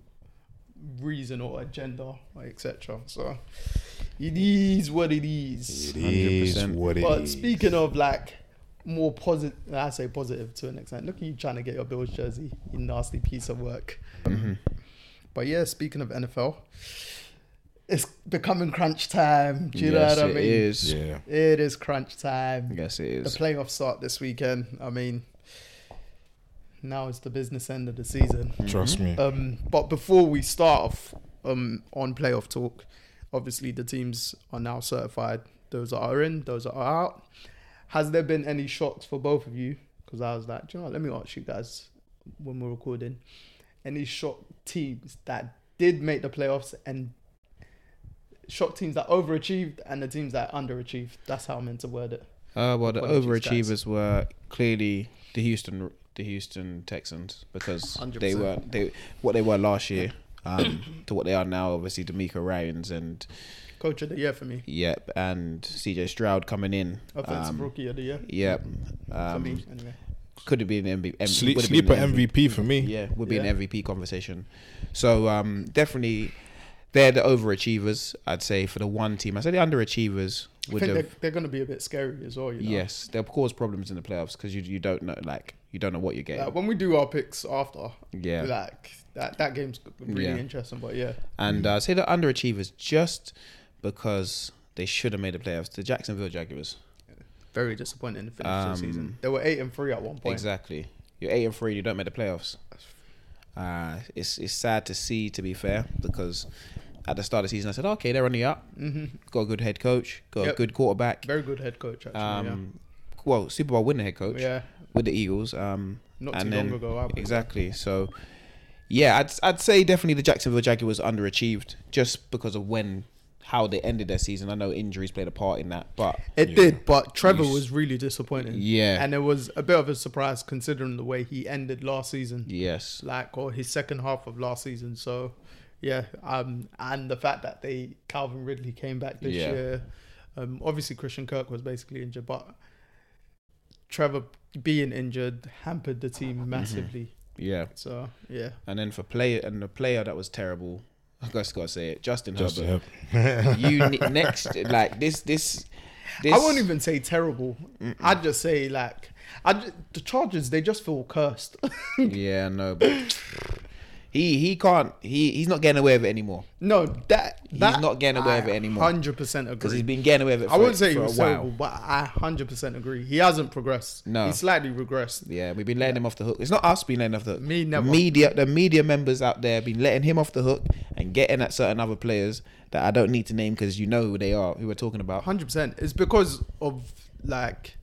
[SPEAKER 1] reason or agenda, etc. So it is what it is.
[SPEAKER 2] It is
[SPEAKER 3] 100%.
[SPEAKER 2] what it is.
[SPEAKER 1] But speaking of like more positive, I say positive to an extent. Look at you trying to get your Bills jersey, you nasty piece of work.
[SPEAKER 3] Mm-hmm.
[SPEAKER 1] But yeah, speaking of NFL, it's becoming crunch time. Do you
[SPEAKER 3] yes,
[SPEAKER 1] know what I
[SPEAKER 3] it
[SPEAKER 1] mean?
[SPEAKER 3] is.
[SPEAKER 2] yeah,
[SPEAKER 1] It is crunch time.
[SPEAKER 3] Yes, it
[SPEAKER 1] The
[SPEAKER 3] is.
[SPEAKER 1] playoffs start this weekend. I mean, now is the business end of the season.
[SPEAKER 2] trust me.
[SPEAKER 1] Um, but before we start off um, on playoff talk, obviously the teams are now certified. Those that are in, those that are out. Has there been any shocks for both of you? Because I was like, Do you know, what? let me ask you guys when we're recording. Any shock teams that did make the playoffs and shock teams that overachieved and the teams that underachieved? That's how I meant to word it.
[SPEAKER 3] Uh, well, the
[SPEAKER 1] Apologies, guys.
[SPEAKER 3] overachievers were clearly the Houston the Houston Texans because they
[SPEAKER 1] 100%.
[SPEAKER 3] were they what they were last year um, to what they are now. Obviously, D'Amico Ryans and
[SPEAKER 1] Coach of the year for me.
[SPEAKER 3] yep, and CJ Stroud coming in.
[SPEAKER 1] Offensive
[SPEAKER 3] Um,
[SPEAKER 1] rookie of the year
[SPEAKER 3] yep,
[SPEAKER 1] for
[SPEAKER 3] um,
[SPEAKER 1] me. Anyway,
[SPEAKER 3] could have been MVP.
[SPEAKER 2] Sleep, sleeper MVP for me.
[SPEAKER 3] Yeah, would be
[SPEAKER 1] Yeah.
[SPEAKER 3] an MVP conversation. So um, definitely, they're the overachievers. I'd say for the one team. I say the underachievers
[SPEAKER 1] I
[SPEAKER 3] would
[SPEAKER 1] think
[SPEAKER 3] have.
[SPEAKER 1] they're, they're going to be a bit scary as well. You know?
[SPEAKER 3] Yes, they'll cause problems in the playoffs because you you don't know like you don't know what you're getting.
[SPEAKER 1] Like, when we do our picks after,
[SPEAKER 3] yeah,
[SPEAKER 1] like that that game's really
[SPEAKER 3] Yeah.
[SPEAKER 1] interesting. But yeah,
[SPEAKER 3] and uh, say the underachievers just because they should have made the playoffs. The Jacksonville Jaguars.
[SPEAKER 1] very disappointing to finish the season.
[SPEAKER 3] Um,
[SPEAKER 1] They were eight and three at one point.
[SPEAKER 3] Exactly. You're eight and three. You don't make the playoffs. Uh, it's it's sad to see, to be fair, because at the start of the season I said, okay, they're only up. Got a good head coach. Got
[SPEAKER 1] Mm-hmm. Yep.
[SPEAKER 3] a good quarterback.
[SPEAKER 1] Very good head coach actually.
[SPEAKER 3] Um, well, Super Bowl winner head coach
[SPEAKER 1] yeah. yeah,
[SPEAKER 3] with the Eagles. Um,
[SPEAKER 1] not
[SPEAKER 3] and
[SPEAKER 1] too
[SPEAKER 3] then-
[SPEAKER 1] long ago. I believe.
[SPEAKER 3] Exactly. So, yeah, I'd I'd say definitely the Jacksonville Jaguars underachieved just because of when how they ended their season. I know injuries played a part in that, but
[SPEAKER 1] It
[SPEAKER 2] Yeah.
[SPEAKER 1] did, but Trevor was really disappointing.
[SPEAKER 3] Yeah.
[SPEAKER 1] and it was a bit of a surprise considering the way he ended last season.
[SPEAKER 3] yes,
[SPEAKER 1] like or his second half of last season. So yeah, um, and the fact that they Calvin Ridley came back this
[SPEAKER 3] Yeah.
[SPEAKER 1] year, um, obviously Christian Kirk was basically injured, but Trevor being injured hampered the
[SPEAKER 3] Mm-hmm.
[SPEAKER 1] team massively.
[SPEAKER 3] yeah.
[SPEAKER 1] So yeah,
[SPEAKER 3] And then for player and the player that was terrible, I guess gotta say it, Justin
[SPEAKER 2] Just
[SPEAKER 3] Herbert. you ne- next like this this. This,
[SPEAKER 1] I won't even say terrible. I'd just say like, I ju- the Chargers they just feel cursed.
[SPEAKER 3] Yeah, no, but he he can't. He he's not getting away with it anymore
[SPEAKER 1] no, that
[SPEAKER 3] He's
[SPEAKER 1] that
[SPEAKER 3] not getting away with it anymore.
[SPEAKER 1] Hundred percent
[SPEAKER 3] because
[SPEAKER 1] agree.
[SPEAKER 3] he's been getting away with it. For,
[SPEAKER 1] I wouldn't say he
[SPEAKER 3] for
[SPEAKER 1] was
[SPEAKER 3] a while.
[SPEAKER 1] terrible, but I hundred percent agree. He hasn't progressed.
[SPEAKER 3] No.
[SPEAKER 1] he slightly regressed.
[SPEAKER 3] Yeah, we've been letting him off the hook. It's not us being letting off the hook.
[SPEAKER 1] Me
[SPEAKER 3] the
[SPEAKER 1] never.
[SPEAKER 3] media, the media members out there have been letting him off the hook and getting at certain other players that I don't need to name because you know who they are, who we're talking about.
[SPEAKER 1] Hundred percent. It's because of like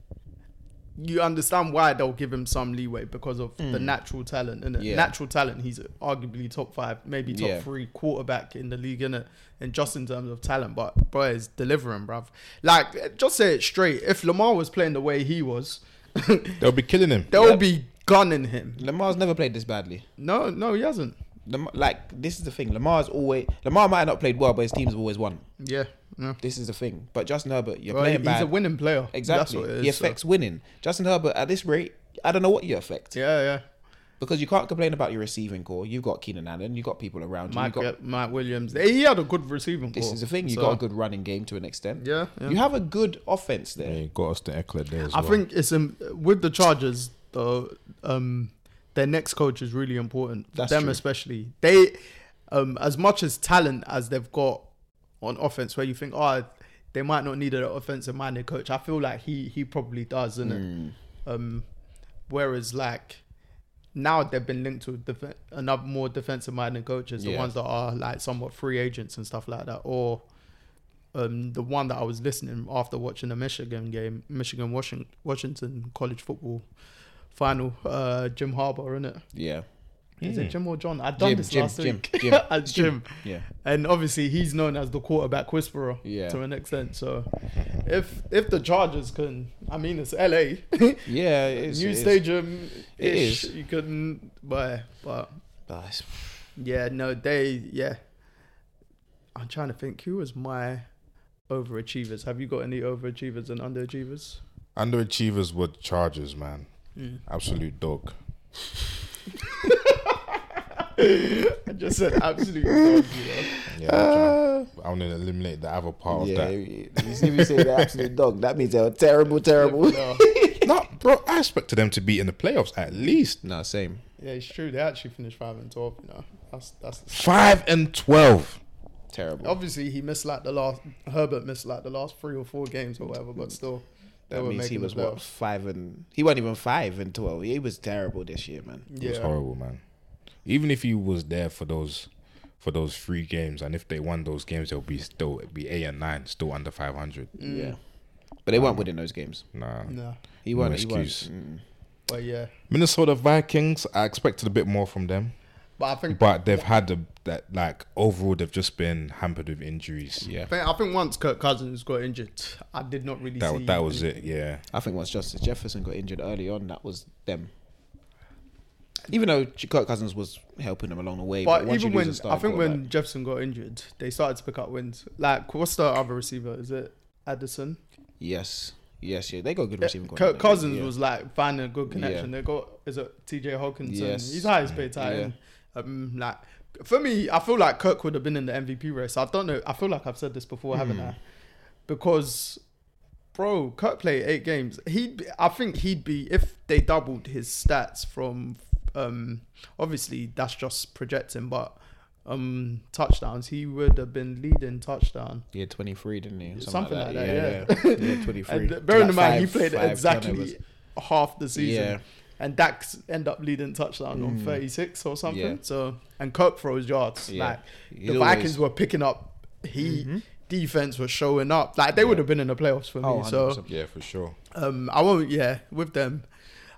[SPEAKER 1] you understand why they'll give him some leeway because of the natural talent and
[SPEAKER 3] Mm. Yeah.
[SPEAKER 1] natural talent. He's arguably top five, maybe top
[SPEAKER 3] Yeah.
[SPEAKER 1] three quarterback in the league, innit? And just in terms of talent, but bro is delivering, bruv. Like just say it straight. If Lamar was playing the way he was,
[SPEAKER 2] They'll be killing him.
[SPEAKER 1] they'll
[SPEAKER 3] Yep.
[SPEAKER 1] be gunning him.
[SPEAKER 3] Lamar's never played this badly.
[SPEAKER 1] No, no, he hasn't.
[SPEAKER 3] Lamar, like this is the thing. Lamar's always Lamar might have not played well, but his teams have always won.
[SPEAKER 1] Yeah, no.
[SPEAKER 3] This is the thing. But Justin Herbert, you're
[SPEAKER 1] Bro,
[SPEAKER 3] playing
[SPEAKER 1] he's
[SPEAKER 3] bad.
[SPEAKER 1] a winning player. That's
[SPEAKER 3] exactly.
[SPEAKER 1] what it
[SPEAKER 3] he
[SPEAKER 1] is, so-
[SPEAKER 3] affects winning. Justin Herbert at this rate, I don't know what you affect
[SPEAKER 1] Yeah, yeah.
[SPEAKER 3] because you can't complain about your receiving core. You've got Keenan Allen. You've got people around you.
[SPEAKER 1] Mike,
[SPEAKER 3] You've got
[SPEAKER 1] Mike Williams. He had a good receiving.
[SPEAKER 3] This
[SPEAKER 1] core,
[SPEAKER 3] is the thing. You
[SPEAKER 1] so-
[SPEAKER 3] got a good running game to an extent.
[SPEAKER 1] Yeah, yeah.
[SPEAKER 3] You have a good offense there.
[SPEAKER 2] They got us to Eckler there as
[SPEAKER 1] I
[SPEAKER 2] well.
[SPEAKER 1] think it's um, with the Chargers though. Um, their next coach is really important.
[SPEAKER 3] That's
[SPEAKER 1] Them
[SPEAKER 3] true.
[SPEAKER 1] especially. They, um, as much as talent as they've got on offense, where you think, oh, they might not need an offensive minded coach. I feel like he he probably does, isn't
[SPEAKER 3] Hmm.
[SPEAKER 1] it? Um, whereas like. Now they've been linked to def- another more defensive-minded coaches, the
[SPEAKER 3] Yeah.
[SPEAKER 1] ones that are like somewhat free agents and stuff like that, or um, the one that I was listening after watching the Michigan game, Michigan Washington, Washington college football final, uh, Jim Harbour, in it.
[SPEAKER 3] Yeah.
[SPEAKER 1] Is it Jim or John? I done
[SPEAKER 3] Jim,
[SPEAKER 1] this
[SPEAKER 3] Jim,
[SPEAKER 1] last
[SPEAKER 3] Jim,
[SPEAKER 1] week.
[SPEAKER 3] Jim,
[SPEAKER 1] As Jim.
[SPEAKER 3] Yeah.
[SPEAKER 1] And obviously he's known as the quarterback whisperer
[SPEAKER 3] Yeah.
[SPEAKER 1] to an extent. So if if the Chargers can I mean it's LA.
[SPEAKER 3] Yeah. It is,
[SPEAKER 1] New
[SPEAKER 3] it is.
[SPEAKER 1] stadium
[SPEAKER 3] It
[SPEAKER 1] ish.
[SPEAKER 3] is.
[SPEAKER 1] You can but but
[SPEAKER 3] But it's-
[SPEAKER 1] yeah, no, they yeah. I'm trying to think who was my overachievers. Have you got any overachievers and underachievers?
[SPEAKER 2] Underachievers were Chargers, man. Absolute dog.
[SPEAKER 1] I just said absolutely. dog, you know.
[SPEAKER 2] Yeah, I'm trying- I'm gonna eliminate the other part of
[SPEAKER 3] Yeah.
[SPEAKER 2] that.
[SPEAKER 3] You see me say they're absolute dog. That means they're terrible, terrible.
[SPEAKER 1] No.
[SPEAKER 2] No, bro, I expected them to be in the playoffs at least
[SPEAKER 3] no, same.
[SPEAKER 1] Yeah, it's true. They actually finished five and twelve. You know, that's that's
[SPEAKER 2] five and twelve.
[SPEAKER 3] Terrible.
[SPEAKER 1] obviously he missed like the last Herbert missed like the last three or four games or whatever, but still. they
[SPEAKER 3] that
[SPEAKER 1] were
[SPEAKER 3] means he
[SPEAKER 1] making the
[SPEAKER 3] was what
[SPEAKER 1] playoffs.
[SPEAKER 3] five and he wasn't even five and twelve. He was terrible this year, man.
[SPEAKER 2] It was
[SPEAKER 1] Yeah.
[SPEAKER 2] horrible, man. Even if you was there for those for those three games, and if they won those games, they'll be still it'd be eight and nine, still under five hundred.
[SPEAKER 3] Yeah. But they weren't winning those games.
[SPEAKER 2] Nah,
[SPEAKER 1] Nah.
[SPEAKER 3] He Mm.
[SPEAKER 2] No
[SPEAKER 3] won.
[SPEAKER 2] excuse.
[SPEAKER 3] He won.
[SPEAKER 1] But yeah.
[SPEAKER 2] Minnesota Vikings. I expected a bit more from them,
[SPEAKER 1] But I think
[SPEAKER 2] but they've had a, that like overall they've just been hampered with injuries.
[SPEAKER 3] Yeah.
[SPEAKER 1] I think, I think once Kirk Cousins got injured, I did not really see
[SPEAKER 2] That that was it. Yeah,
[SPEAKER 3] I think once Justice Jefferson got injured early on, that was them. Even though Ch- Kirk Cousins was helping them along the way, but,
[SPEAKER 1] But
[SPEAKER 3] once
[SPEAKER 1] even
[SPEAKER 3] you lose
[SPEAKER 1] when
[SPEAKER 3] a star
[SPEAKER 1] I think
[SPEAKER 3] quarterback-
[SPEAKER 1] when Jefferson got injured, they started to pick up wins. Like what's the other receiver? Is it Addison?
[SPEAKER 3] yes, yes, yeah, they got good receiving.
[SPEAKER 1] Kirk
[SPEAKER 3] quarterback.
[SPEAKER 1] Cousins
[SPEAKER 3] Yeah.
[SPEAKER 1] was like finding a good connection. They got is it TJ Hawkinson?
[SPEAKER 3] Yes.
[SPEAKER 1] He's highest paid tight end. Um, like for me, I feel like Kirk would have been in the MVP race. I don't know. I feel like I've said this before, haven't
[SPEAKER 3] Hmm.
[SPEAKER 1] I? Because bro, Kirk played eight games. He, would I think he'd be if they doubled his stats from. Um, obviously that's just projecting, but um, touchdowns he would have been leading touchdown.
[SPEAKER 3] He had 23, didn't he?
[SPEAKER 1] Something like that,
[SPEAKER 3] Yeah, yeah. He had 23.
[SPEAKER 1] And bearing in
[SPEAKER 3] Like
[SPEAKER 1] mind, he
[SPEAKER 3] five-
[SPEAKER 1] played
[SPEAKER 3] five
[SPEAKER 1] exactly
[SPEAKER 3] turnovers.
[SPEAKER 1] half the season.
[SPEAKER 3] Yeah.
[SPEAKER 1] And Dax end up leading touchdown on 36 or something.
[SPEAKER 3] Hmm. Yeah.
[SPEAKER 1] So and Kirk throws yards.
[SPEAKER 3] Yeah.
[SPEAKER 1] Like
[SPEAKER 3] He's
[SPEAKER 1] the
[SPEAKER 3] always-
[SPEAKER 1] Vikings were picking up heat.
[SPEAKER 3] Mm-hmm.
[SPEAKER 1] Defense was showing up. Like they would have been in the playoffs for me.
[SPEAKER 3] Oh,
[SPEAKER 1] so
[SPEAKER 3] 100%.
[SPEAKER 2] Yeah, for sure.
[SPEAKER 1] um, I won't. Yeah, with them,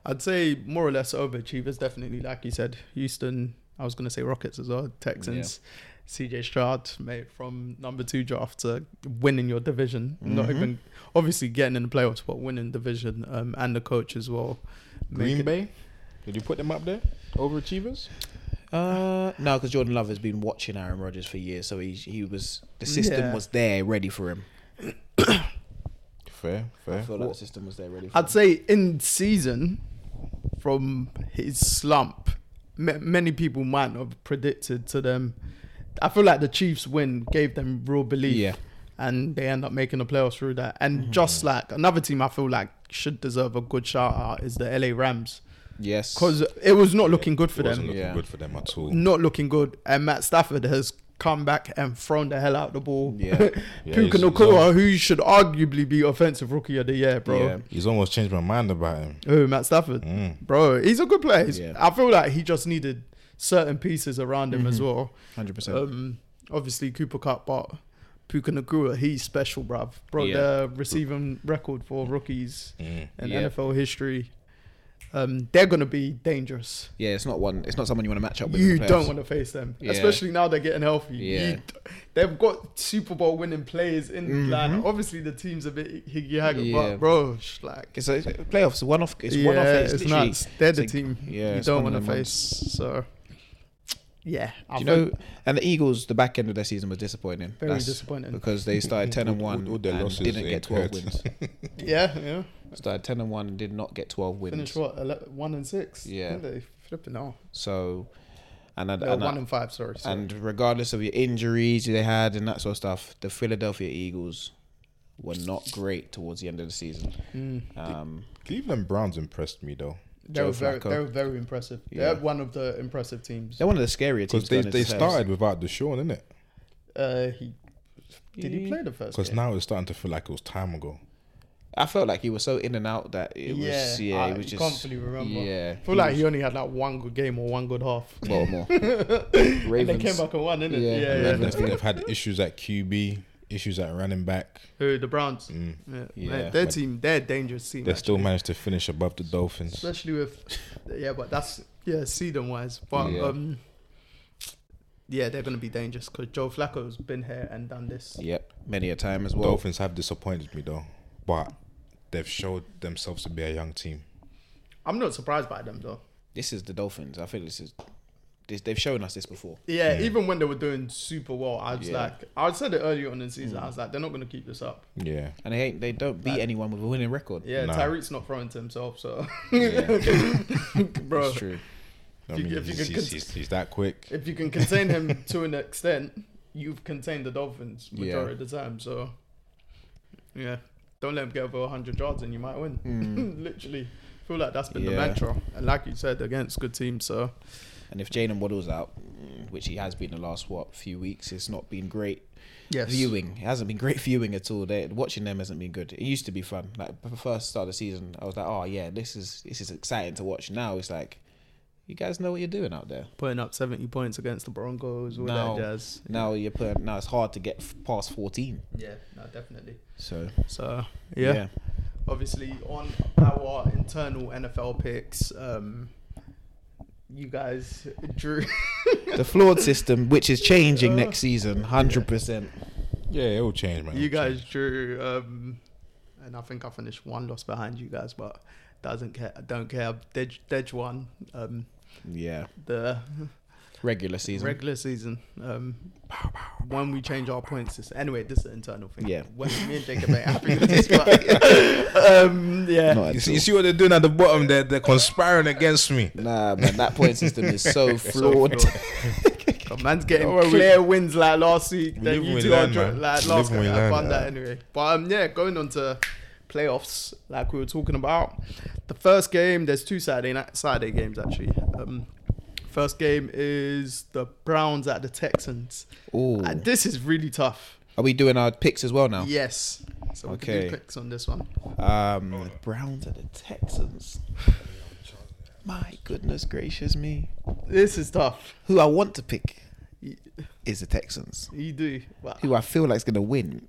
[SPEAKER 1] I'd say more or less overachievers. Definitely, like you said, Houston. I was gonna say Rockets as well. Texans. CJ Stroud made from number two draft to winning your division. Not
[SPEAKER 3] Mm-hmm.
[SPEAKER 1] even obviously getting in the playoffs, but winning division. Um, and the coach as well.
[SPEAKER 2] Green
[SPEAKER 1] Make it-
[SPEAKER 2] Bay. Did you put them up there? Overachievers.
[SPEAKER 3] Uh, no, because Jordan Love has been watching Aaron Rodgers for years, so he he was the system
[SPEAKER 1] Yeah.
[SPEAKER 3] was there ready for him.
[SPEAKER 2] Fair, fair.
[SPEAKER 3] I feel like the system was there ready. for
[SPEAKER 1] I'd say in season from his slump, ma- many people might not have predicted to them. I feel like the Chiefs win gave them real belief,
[SPEAKER 3] Yeah.
[SPEAKER 1] and they end up making the playoffs through that. And just like another team, I feel like should deserve a good shout out is the LA Rams
[SPEAKER 3] Yes,
[SPEAKER 1] because it was not looking good for
[SPEAKER 2] It wasn't
[SPEAKER 1] them,
[SPEAKER 2] looking
[SPEAKER 3] Yeah.
[SPEAKER 2] good for them at all.
[SPEAKER 1] not looking good. And Matt Stafford has come back and thrown the hell out the ball.
[SPEAKER 3] Yeah.
[SPEAKER 2] Yeah,
[SPEAKER 1] Puka
[SPEAKER 2] he's- he's
[SPEAKER 1] Nakua,
[SPEAKER 2] on.
[SPEAKER 1] who should arguably be offensive rookie of the year, bro.
[SPEAKER 3] Yeah.
[SPEAKER 2] He's almost changed my mind about him.
[SPEAKER 1] Who, Matt Stafford?
[SPEAKER 2] Mm.
[SPEAKER 1] Bro, he's a good player. He's-
[SPEAKER 3] Yeah.
[SPEAKER 1] I feel like he just needed certain pieces around him
[SPEAKER 3] Mm-hmm.
[SPEAKER 1] as well.
[SPEAKER 3] hundred percent.
[SPEAKER 1] Um, obviously, Cooper Cup, but Puka Nagua, he's special, bruv. Bro,
[SPEAKER 3] Yeah.
[SPEAKER 1] the receiving record for rookies
[SPEAKER 2] Mm.
[SPEAKER 1] in
[SPEAKER 3] Yeah.
[SPEAKER 1] NFL history. Um, they're going to be dangerous.
[SPEAKER 3] Yeah, it's not one. It's not someone you want to match up with. in
[SPEAKER 1] You
[SPEAKER 3] the playoffs.
[SPEAKER 1] don't want to face them,
[SPEAKER 3] Yeah.
[SPEAKER 1] especially now they're getting healthy.
[SPEAKER 3] Yeah.
[SPEAKER 1] You d- they've got Super Bowl winning players in line. Obviously, the team's a bit higgy haggy,
[SPEAKER 3] Mm-hmm. Yeah.
[SPEAKER 1] but bro, sh- like
[SPEAKER 3] It's a playoffs. One off. It's one off. It's,
[SPEAKER 1] it's
[SPEAKER 3] literally-
[SPEAKER 1] nuts. They're the
[SPEAKER 3] it's a-
[SPEAKER 1] team
[SPEAKER 3] yeah,
[SPEAKER 1] you
[SPEAKER 3] it's
[SPEAKER 1] don't
[SPEAKER 3] one
[SPEAKER 1] want
[SPEAKER 3] of
[SPEAKER 1] to
[SPEAKER 3] them
[SPEAKER 1] face. So, yeah, I
[SPEAKER 3] Do you know,
[SPEAKER 1] think
[SPEAKER 3] and the Eagles, the back end of their season was disappointing.
[SPEAKER 1] very
[SPEAKER 3] That's
[SPEAKER 1] disappointing.
[SPEAKER 3] because they started ten and one
[SPEAKER 2] All- all their
[SPEAKER 3] and
[SPEAKER 2] losses
[SPEAKER 3] didn't get twelve
[SPEAKER 2] incurred.
[SPEAKER 3] wins.
[SPEAKER 1] Yeah, yeah.
[SPEAKER 3] started ten and one and did not get twelve wins.
[SPEAKER 1] Finished what? 11, one and six.
[SPEAKER 3] Yeah.
[SPEAKER 1] didn't they flipping off.
[SPEAKER 3] So, and I,
[SPEAKER 1] No,
[SPEAKER 3] and I-
[SPEAKER 1] one and five. Sorry. sorry.
[SPEAKER 3] And regardless of your injuries they had and that sort of stuff, the Philadelphia Eagles were not great towards the end of the season.
[SPEAKER 1] Mm.
[SPEAKER 3] Um,
[SPEAKER 2] Cleveland Browns impressed me though.
[SPEAKER 1] they were
[SPEAKER 3] Joe
[SPEAKER 1] very,
[SPEAKER 3] Flacco.
[SPEAKER 1] they were very impressive.
[SPEAKER 3] Yeah.
[SPEAKER 1] They're one of the impressive teams.
[SPEAKER 3] they're one of the scarier teams.
[SPEAKER 2] Because they,
[SPEAKER 3] going
[SPEAKER 2] they
[SPEAKER 3] into playoffs.
[SPEAKER 2] started without Deshaun, innit?
[SPEAKER 1] Uh, he did he play the first?
[SPEAKER 2] Because
[SPEAKER 1] Game?
[SPEAKER 2] now it's starting to feel like it was time ago.
[SPEAKER 3] I felt like he was so in and out that it was yeah,
[SPEAKER 1] I
[SPEAKER 3] it was just
[SPEAKER 1] can't fully remember.
[SPEAKER 3] Yeah,
[SPEAKER 1] I feel like he only had like one good game or one good half.
[SPEAKER 3] Baltimore.
[SPEAKER 1] And they
[SPEAKER 3] Ravens.
[SPEAKER 1] came back and won, didn't
[SPEAKER 3] Yeah.
[SPEAKER 1] it?
[SPEAKER 2] Yeah,
[SPEAKER 1] Yeah, yeah.
[SPEAKER 2] Ravens, they've had issues at QB, issues at running back.
[SPEAKER 1] Who the Browns? Yeah,
[SPEAKER 3] Mm. Yeah.
[SPEAKER 1] their team, they're a dangerous team.
[SPEAKER 2] They still managed to finish above the Dolphins.
[SPEAKER 1] especially with yeah but that's yeah seeding wise but
[SPEAKER 3] Yeah.
[SPEAKER 1] um yeah they're gonna be dangerous because joe flacco's been here and done this
[SPEAKER 3] Yep, many a time as well.
[SPEAKER 2] Dolphins have disappointed me though, but they've showed themselves to be a young team.
[SPEAKER 1] i'm not surprised by them though
[SPEAKER 3] This is the Dolphins. I think this is this, they've shown us this before.
[SPEAKER 1] yeah, even when they were doing super well i was
[SPEAKER 3] Yeah. Mm.
[SPEAKER 1] like i said it earlier on in the season i was like they're not gonna keep this up
[SPEAKER 2] Yeah.
[SPEAKER 3] And they ain't, they don't beat anyone with a winning record.
[SPEAKER 1] yeah
[SPEAKER 2] Nah.
[SPEAKER 1] tyreek's not throwing to himself so bro
[SPEAKER 3] That's true.
[SPEAKER 2] I
[SPEAKER 1] If you-
[SPEAKER 2] mean,
[SPEAKER 1] if you
[SPEAKER 2] he's,
[SPEAKER 1] could
[SPEAKER 2] he's-
[SPEAKER 1] cons-
[SPEAKER 2] he's- he's that quick.
[SPEAKER 1] if you can contain him to an extent you've contained the dolphins
[SPEAKER 3] Yeah.
[SPEAKER 1] majority of the time so yeah don't let him get over 100 yards and you might win literally feel like that's been the
[SPEAKER 3] Hmm. Yeah.
[SPEAKER 1] mantra and like you said against good teams so
[SPEAKER 3] And if Jalen Waddle's out, mm, which he has been the last what few weeks, it's not been great
[SPEAKER 1] yes
[SPEAKER 3] viewing. It hasn't been great viewing at all. They, watching them hasn't been good. It used to be fun. Like the first start of the season, I was like, oh yeah, this is this is exciting to watch. Now it's like, you guys know what you're doing out there.
[SPEAKER 1] putting up 70 points against the broncos all
[SPEAKER 3] Now-
[SPEAKER 1] that jazz
[SPEAKER 3] Now you're putting. Now it's hard to get f- past 14.
[SPEAKER 1] yeah no definitely
[SPEAKER 3] So
[SPEAKER 1] so yeah, obviously on our internal nfl picks um you guys drew
[SPEAKER 3] the flawed system, which is changing next season, hundred percent.
[SPEAKER 2] Yeah, it will change, man.
[SPEAKER 1] You
[SPEAKER 2] It'll
[SPEAKER 1] guys
[SPEAKER 2] change.
[SPEAKER 1] drew, um, and I think I finished one loss behind you guys, but doesn't care. I don't care. Dej, Dej won. Um,
[SPEAKER 3] Yeah.
[SPEAKER 1] the
[SPEAKER 3] Regular season.
[SPEAKER 1] regular season. Um, when we change our points system. Anyway, this is an internal thing.
[SPEAKER 3] Yeah.
[SPEAKER 1] When me and Jacob ain't happy with this, but um, yeah.
[SPEAKER 3] Not
[SPEAKER 2] You
[SPEAKER 3] at
[SPEAKER 2] see,
[SPEAKER 3] all.
[SPEAKER 2] you see what they're doing at the bottom? They're, they're conspiring against me.
[SPEAKER 3] Nah, man, that point system is so flawed.
[SPEAKER 1] God, man's getting
[SPEAKER 2] Don't worry, we-
[SPEAKER 1] clear wins like last week.
[SPEAKER 2] We
[SPEAKER 1] Then
[SPEAKER 2] live
[SPEAKER 1] you
[SPEAKER 2] and
[SPEAKER 1] two
[SPEAKER 2] we
[SPEAKER 1] are dr-
[SPEAKER 2] learn,
[SPEAKER 1] like
[SPEAKER 2] man. We
[SPEAKER 1] last
[SPEAKER 2] live and
[SPEAKER 1] week.
[SPEAKER 2] we
[SPEAKER 1] I
[SPEAKER 2] learn,
[SPEAKER 1] found that
[SPEAKER 2] yeah.
[SPEAKER 1] anyway. But um, yeah, going on to playoffs, like we were talking about. The first game, there's two Saturday night Saturday games actually. Um, first game is the Browns at the Texans.
[SPEAKER 3] Ooh.
[SPEAKER 1] Uh, this is really tough.
[SPEAKER 3] Are we doing our picks as well now?
[SPEAKER 1] Yes. So we
[SPEAKER 3] Okay.
[SPEAKER 1] can do picks on this one.
[SPEAKER 3] Um, the Browns and the Texans. My goodness gracious me.
[SPEAKER 1] This is tough.
[SPEAKER 3] Who I want to pick
[SPEAKER 1] You,
[SPEAKER 3] is the Texans,
[SPEAKER 1] you do. Wow.
[SPEAKER 3] who I feel like is going to win.